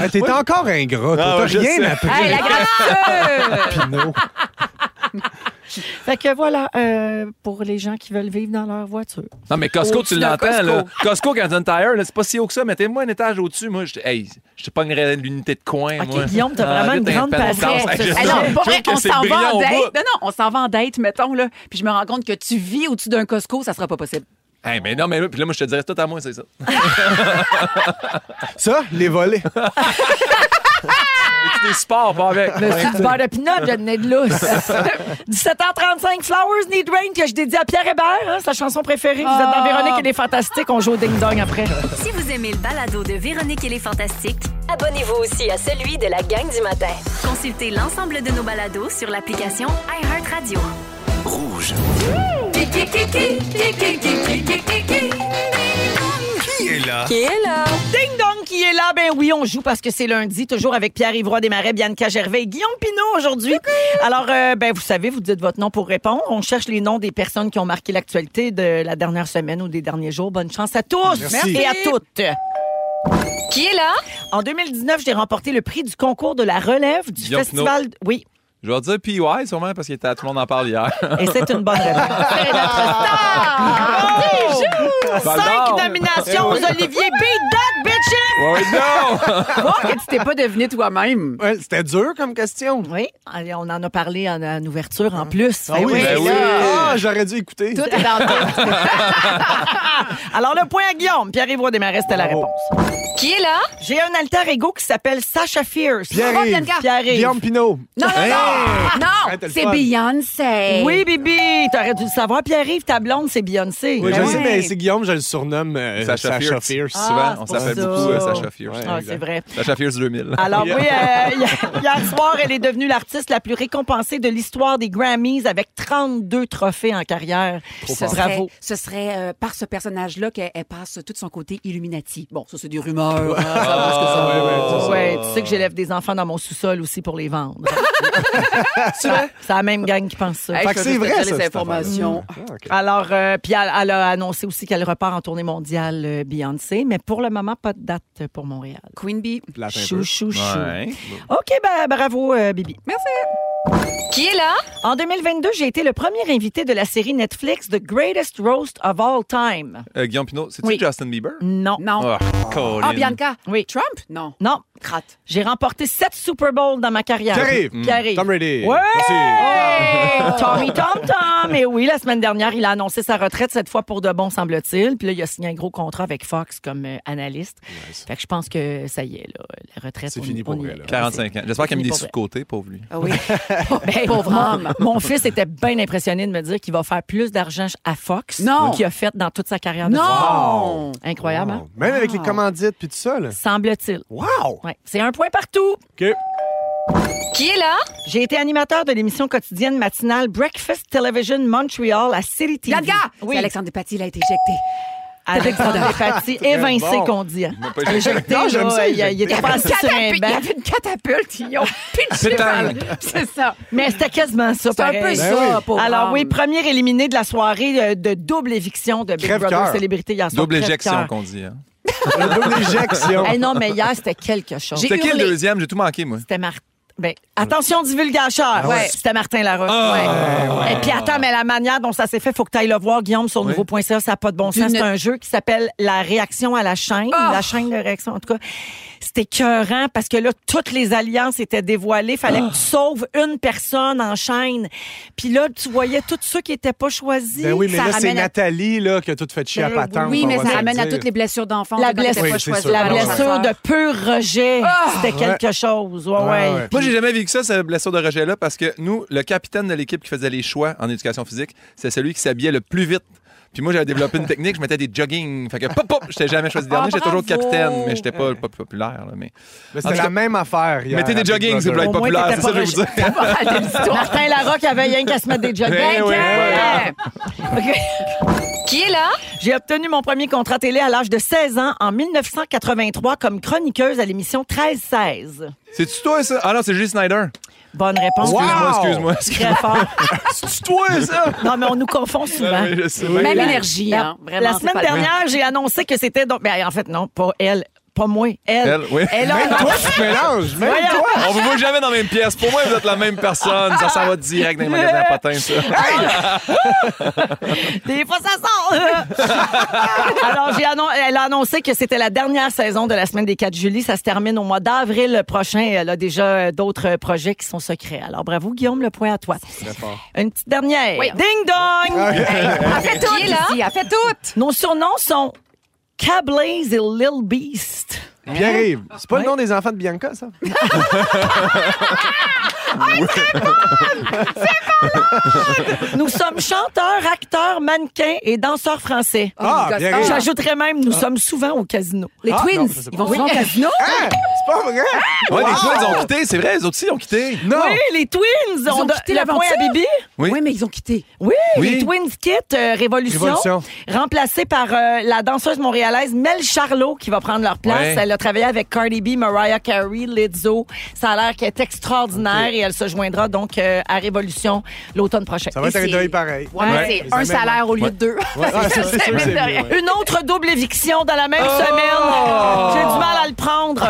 Ah, T'es encore ingrat.
Ah,
T'as
ouais, je
rien
sais.
appris,
Hey, la gracieuse!
Pinot.
fait que voilà, euh, pour les gens qui veulent vivre dans leur voiture.
Non, mais Costco,
Au-dessus
tu
d'un
l'entends,
Costco.
là. Costco, quand un tire, là, c'est pas si haut que ça. Mettez-moi un étage au-dessus. Moi, je, hey, je te pognerais l'unité de coin,
Ok,
moi.
Guillaume, t'as vraiment une
vite, un
grande
pan de
passion.
sens. Hey, je
Ah
sais.
non, pas vrai,
Joke,
on
c'est
s'en va
brillant
en
au
date.
bout.
Non, non, on s'en va en date, mettons, là. Puis je me rends compte que tu vis au-dessus d'un Costco, ça sera pas possible.
Hey, mais non, mais là, puis là, moi, je te dirais tout à moi, c'est ça.
Ça, les volets.
C'est des sports, pas avec.
Monsieur du beurre de pinot, je venais de lousse. 17h35, Flowers Need Rain, que je dédie à Pierre Hébert, hein, sa chanson préférée. Vous êtes dans Véronique, elle est fantastique. On joue au ding-dong après.
Si vous aimez le balado de Véronique et les Fantastiques,
Abonnez-vous aussi à celui de la gang du matin.
consultez l'ensemble de nos balados sur l'application iHeartRadio.
Ding-dong qui est là. Ben oui, on joue parce que c'est lundi, toujours avec Pierre-Yves Roy Desmarais, Bianca Gervais et Guillaume Pinot aujourd'hui. Alors, euh, ben vous savez, vous dites votre nom pour répondre. On cherche les noms des personnes qui ont marqué l'actualité de la dernière semaine ou des derniers jours. Bonne chance à tous
Merci.
et à toutes.
Qui est là?
En 2019, j'ai remporté le prix du concours de la relève du
Guillaume
festival. Oui,
Je vais dire PY, sûrement, parce que tout le monde en parle hier.
et c'est une bonne réponse.
C'est notre star!
Cinq nominations aux Olivier B. That bitches!
Ouais, non!
Voir que tu t'es pas deviné toi-même.
Ouais, C'était dur comme question.
Oui, allez, on en a parlé en, en ouverture en plus. Ben oui.
ben oui.
Ah, j'aurais dû écouter.
Tout est dans tout.
Alors, le point à Guillaume. Pierre-Yves Roy Desmarais, c'était la
Bravo.
réponse.
Qui est là?
J'ai un alter ego qui s'appelle Sacha Fierce. Ah!
Bravo,
Pierre-Yves.
Bianca.
Pierre-Yves.
Guillaume Pinot.
Non, non, non!
Hey, t'as
Non!
le
C'est
fun.
Beyoncé!
Oui, Bibi, t'aurais dû le savoir. Pierre-Yves, ta blonde, c'est Beyoncé.
Oui,
Ben
je
oui.
sais, mais c'est Guillaume, je le surnomme euh,
Sacha Fierce.
Ah,
Souvent,
c'est pour
on s'appelle
ça.
beaucoup euh, Sacha Fierce.
Ouais.
Ah, c'est vrai.
Sacha Fierce 2000.
Alors oui, euh, hier- hier soir, elle est devenue l'artiste la plus récompensée de l'histoire des Grammys avec 32 trophées en carrière.
Puis ce serait,
Bravo.
ce serait euh, par ce personnage-là qu'elle elle passe tout son côté Illuminati. Bon, ça, c'est des rumeurs. hein, ça va ce que ça va.
Ouais, tu sais que j'élève des enfants dans mon sous-sol aussi pour les vendre. C'est la même gang qui pense ça.
Hey,
Fait que
je
c'est
vais
vrai,
te dire
ça,
les
cette
informations.
Ah, ok.
Alors, euh, puis elle, elle a annoncé aussi qu'elle repart en tournée mondiale euh, Beyoncé, mais pour le moment, pas de date pour Montréal.
Queen Bee.
Plate un
Chou,
peu.
chou, chou.
Ouais.
OK, ben, bravo, euh, Bibi.
Merci.
Qui est là?
En 2022, j'ai été le premier invité de la série Netflix The Greatest Roast of All Time.
Euh, Guillaume Pinot, c'est-tu
Oui.
Justin Bieber?
Non.
Non.
Ah,
Ah,
Colin.
Bianca.
Oui.
Trump? Non.
Non.
Cratte.
J'ai remporté sept Super Bowls dans ma
Ah,
carrière.
Pierre-Yves.
Pierre-Yves.
Tom Brady.
Ouais!
Merci.
Tommy Tom Tom! Et oui, la semaine dernière, il a annoncé sa retraite, cette fois pour de bon, semble-t-il. Puis là, il a signé un gros contrat avec Fox comme euh, analyste. Fait que je pense que ça y est, là, la retraite.
C'est
on-
fini pour
on y
vrai,
est.
là.
45 ans. J'espère qu'il me
Fini
des
pour vrai.
sous-côtés, pauvre lui.
Ah oui.
Ben,
Pauvre
mon-
homme.
Mon fils était bien impressionné de me dire qu'il va faire plus d'argent à Fox
Non.
qu'il a fait dans toute sa carrière de
Non!
football. Incroyable, hein?
Wow. Même avec les
Wow.
commandites puis tout ça, là.
Semble-t-il.
Wow!
Ouais. C'est un point partout.
OK.
Qui est là?
J'ai été animateur de l'émission quotidienne matinale Breakfast Television Montreal à City TV.
Bianca!
Oui,
C'est Alexandre Despatie, il a été éjecté.
Alexandre Despatie, évincé
bon.
qu'on dit. hein.
m'a pas éjecté.
Éjecté,
Non, j'aime
là,
ça,
il, il
éjecté.
était passé Ah, sur un
Il y
banc.
avait une catapulte, ils ont pitché
Pétanque.
dans le- C'est ça.
Mais c'était quasiment ça,
C'est un
pareil.
peu ça,
oui.
pauvre
Alors oui,
homme.
premier éliminé de la soirée euh, de double éviction de Big
Crève-cœur.
Brother Célébrité hier soir.
Double éjection
Crève-cœur.
qu'on dit. hein.
Une double éjection.
Eh non, mais hier, c'était quelque chose.
J'ai
C'était qui le
hurlé.
deuxième? J'ai tout manqué, moi.
C'était Martin. Ben, attention,
Ah
divulgacheur.
ouais.
C'était Martin Larocque.
Ah,
Ouais. Et puis attends, mais la manière dont ça s'est fait, faut que tu ailles le voir, Guillaume, sur nouveau.ca, ça n'a pas de bon sens.
D'une- Ah!
C'est un jeu qui s'appelle La réaction à la chaîne. La chaîne de réaction, en tout cas. C'était écœurant parce que là, toutes les alliances étaient dévoilées. Fallait
Ah!
que tu sauves une personne en chaîne. Puis là, tu voyais tous ceux qui n'étaient pas choisis.
Ben oui, mais
ça
là, c'est
ramène à-
Nathalie là, qui a tout fait chier à
Ben
patente.
Oui,
on
mais
va
ça
se le
ramène à
dire.
toutes les blessures d'enfants.
La
de quand t'étais
blessure-
pas
Oui, c'est
choisi
sûr.
par
La
le
blessure
chasseur. Ah!
de pur rejet, c'était quelque chose. Ouais,
Ouais,
ouais.
ouais.
Moi, j'ai jamais vécu ça, cette blessure de rejet-là, parce que nous, le capitaine de l'équipe qui faisait les choix en éducation physique, c'est celui qui s'habillait le plus vite. Puis moi, j'avais développé une technique, je mettais des jogging. Fait que, pop, pop, j'étais jamais choisi dernier. J'étais toujours
Ah,
bravo!
capitaine, mais j'étais pas, pas populaire. là, mais...
Mais
En
c'était
tout
la
cas,
même affaire. hier,
Mettez des
Big
jogging, si vous
Brother.
voulez être
Au moins,
populaire,
t'étais
c'est
pas
ça que je vous dis.
Martin Larocque avait rien qu'à se mettre des jogging.
Ben oui, voilà.
OK.
Qui est là?
J'ai obtenu mon premier contrat télé à l'âge de 16 ans en 1983 comme chroniqueuse à l'émission 13-16.
C'est-tu toi, ça? Ah non, c'est Julie Snyder.
Bonne réponse.
Excuse-moi,
Wow!
excuse-moi.
Très fort.
C'est toi, ça!
Non, mais on nous confond souvent.
Oui, je sais.
Même
La-
énergie,
la,
hein. Vraiment,
la
c'est
semaine
pas le même.
dernière, j'ai annoncé que c'était donc. Ben, en fait, non, pas elle, pas moi, elle.
Elle, oui.
a-
Même toi, tu te mélanges. Même
Voyons.
toi.
On vous voit jamais dans la même pièce. Pour moi, vous êtes la même personne. Ça s'en va direct dans les magasins à potins, ça.
Des fois, ça sort. Alors, j'ai annon- elle a annoncé que c'était la dernière saison de la semaine des 4 juillet. Ça se termine au mois d'avril prochain. Elle a déjà euh, d'autres euh, projets qui sont secrets. Alors, bravo, Guillaume, le point à toi. Une petite dernière. Ding dong!
Elle fait tout, là. Elle fait tout.
Nos surnoms sont Cablaze et Lil Beast.
Pierre-Yves, c'est pas le nom des enfants de Bianca, ça?
Ah, Nous sommes chanteurs, acteurs, mannequins et danseurs français.
Ah,
gosse.
Pierre-Yves.
J'ajouterais même, nous sommes souvent au casino.
Les
Ah,
twins,
non, je sais
ils
pas.
vont souvent au casino.
Hein? C'est pas vrai?
Ouais, les Twins ont quitté, c'est vrai, les autres aussi ont quitté.
Non!
Ah, Oui, les Twins!
Ah. ont
on donne
quitté
le point à
l'aventure.
Bibi.
Oui.
Oui, mais ils ont quitté.
Oui,
Oui.
les Twins Kit euh, Révolution,
Révolution.
remplacée par euh, la danseuse montréalaise Mel Charlot qui va prendre leur place.
Ouais.
Elle a travaillé avec Cardi B, Mariah Carey, Lizzo. Ça a l'air qu'elle est extraordinaire et elle se joindra donc euh, à Révolution l'automne prochain.
Ça va être
Et
un
c'est-
deuil pareil.
Ouais, mais
Les
c'est un
amènes-
salaire au lieu
Ouais.
de deux.
Ouais, ah, ça, c'est sûr, c'est mieux, ouais.
Une autre double éviction dans la même
Oh!
semaine. J'ai du mal à le prendre.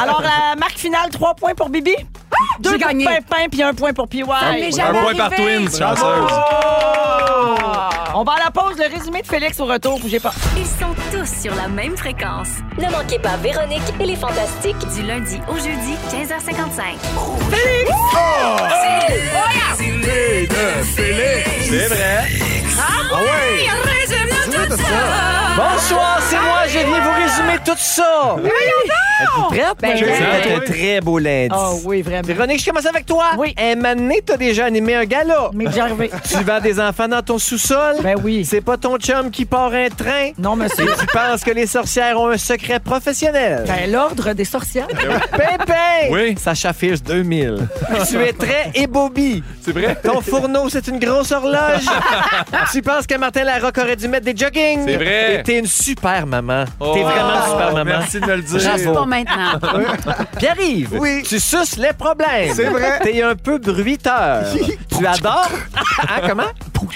Alors, la marque finale, trois points pour Bibi. Deux
J'ai
pour
gagné.
Pimpin puis un point pour PY.
m'est
Un
jamais
point par
arrivé.
Twins, chanceuse.
On va à la pause. Le résumé de Félix au retour. Bougez pas.
Ils sont tous sur la même fréquence.
Ne manquez pas Véronique et les Fantastiques.
Du lundi au jeudi, 15h55.
C'est vrai. Ah
Bonsoir, c'est moi, je viens vous résumer tout ça. Oui, Êtes-vous prête?
Ben,
Je
oui.
vous souhaite un très beau
Ah
lundi.
Oh oui, vraiment.
Véronique, je commence avec toi.
Oui.
Un moment donné, t'as déjà animé un gala.
Mais Gervais.
Tu vends des enfants dans ton sous-sol.
Ben oui.
C'est pas ton chum qui part un train.
Non,
Et
monsieur.
tu penses que les sorcières ont un secret professionnel.
Ben, l'ordre des sorcières.
Ben
Pépé!
Oui.
Sacha Fierce 2000. tu es très ébobie.
C'est vrai.
Ton fourneau, c'est une grosse horloge. tu penses que Martin Larocque aurait dû mettre des joggings.
C'est vrai.
Et t'es une super maman.
Oh,
T'es vraiment une super maman.
Merci de me le dire.
J'ose pas maintenant.
Pierre-Yves,
Oui.
tu suces les problèmes.
C'est vrai.
T'es un peu bruiteur. tu adores... Hein, comment?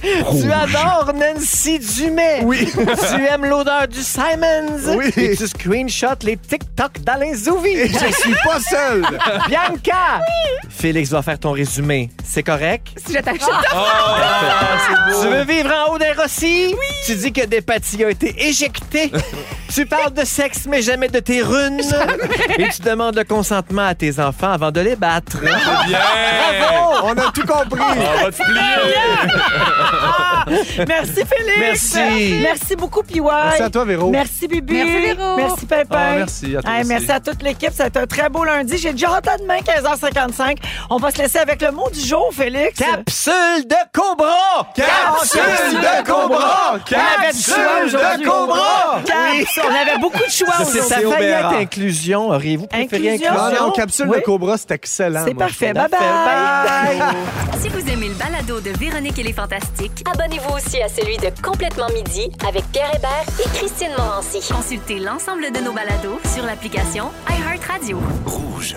tu adores Nancy Dumais. Oui. tu aimes l'odeur du Simons.
Oui.
Et tu screenshots les TikTok d'Alain Zouvi.
Je suis pas seul!
Bianca! Félix va faire ton résumé. C'est correct?
Si je t'achète,
Oh,
Tu veux vivre en haut d'un Rossi? Oui. Tu dis que des pâtis ont été éjectés. tu parles de sexe, mais jamais de tes runes. Et tu demandes le consentement à tes enfants avant de les battre.
C'est bien.
Bravo! On a tout compris!
On va te plier.
Merci, Félix.
Merci.
Merci beaucoup, PY.
Merci à toi, Véro.
Merci, Bibi.
Merci, Véro.
Merci, Pépin.
Ah, merci à toi
Hey,
aussi.
merci à toute l'équipe. Ça a été un très beau lundi. J'ai déjà hâte à demain, 15h55. On va se laisser avec le mot du jour, Félix.
Capsule de cobra!
Capsule de cobra! Capsule de cobra!
Caps. On avait beaucoup de choix
C'est
aujourd'hui.
ça
Léo
failli être
Bérard.
inclusion. Auriez-vous préféré
Ah. Inclusion?
inclusion?
Non, non, capsule
Oui.
de cobra, c'est excellent.
C'est
moi,
parfait.
je
Bye bye.
Bye.
Si vous aimez le balado de Véronique et les Fantastiques,
Abonnez-vous aussi à celui de Complètement Midi avec Pierre Hébert et Christine Morancy.
consultez l'ensemble de nos balados sur l'application iHeartRadio.
Rouge.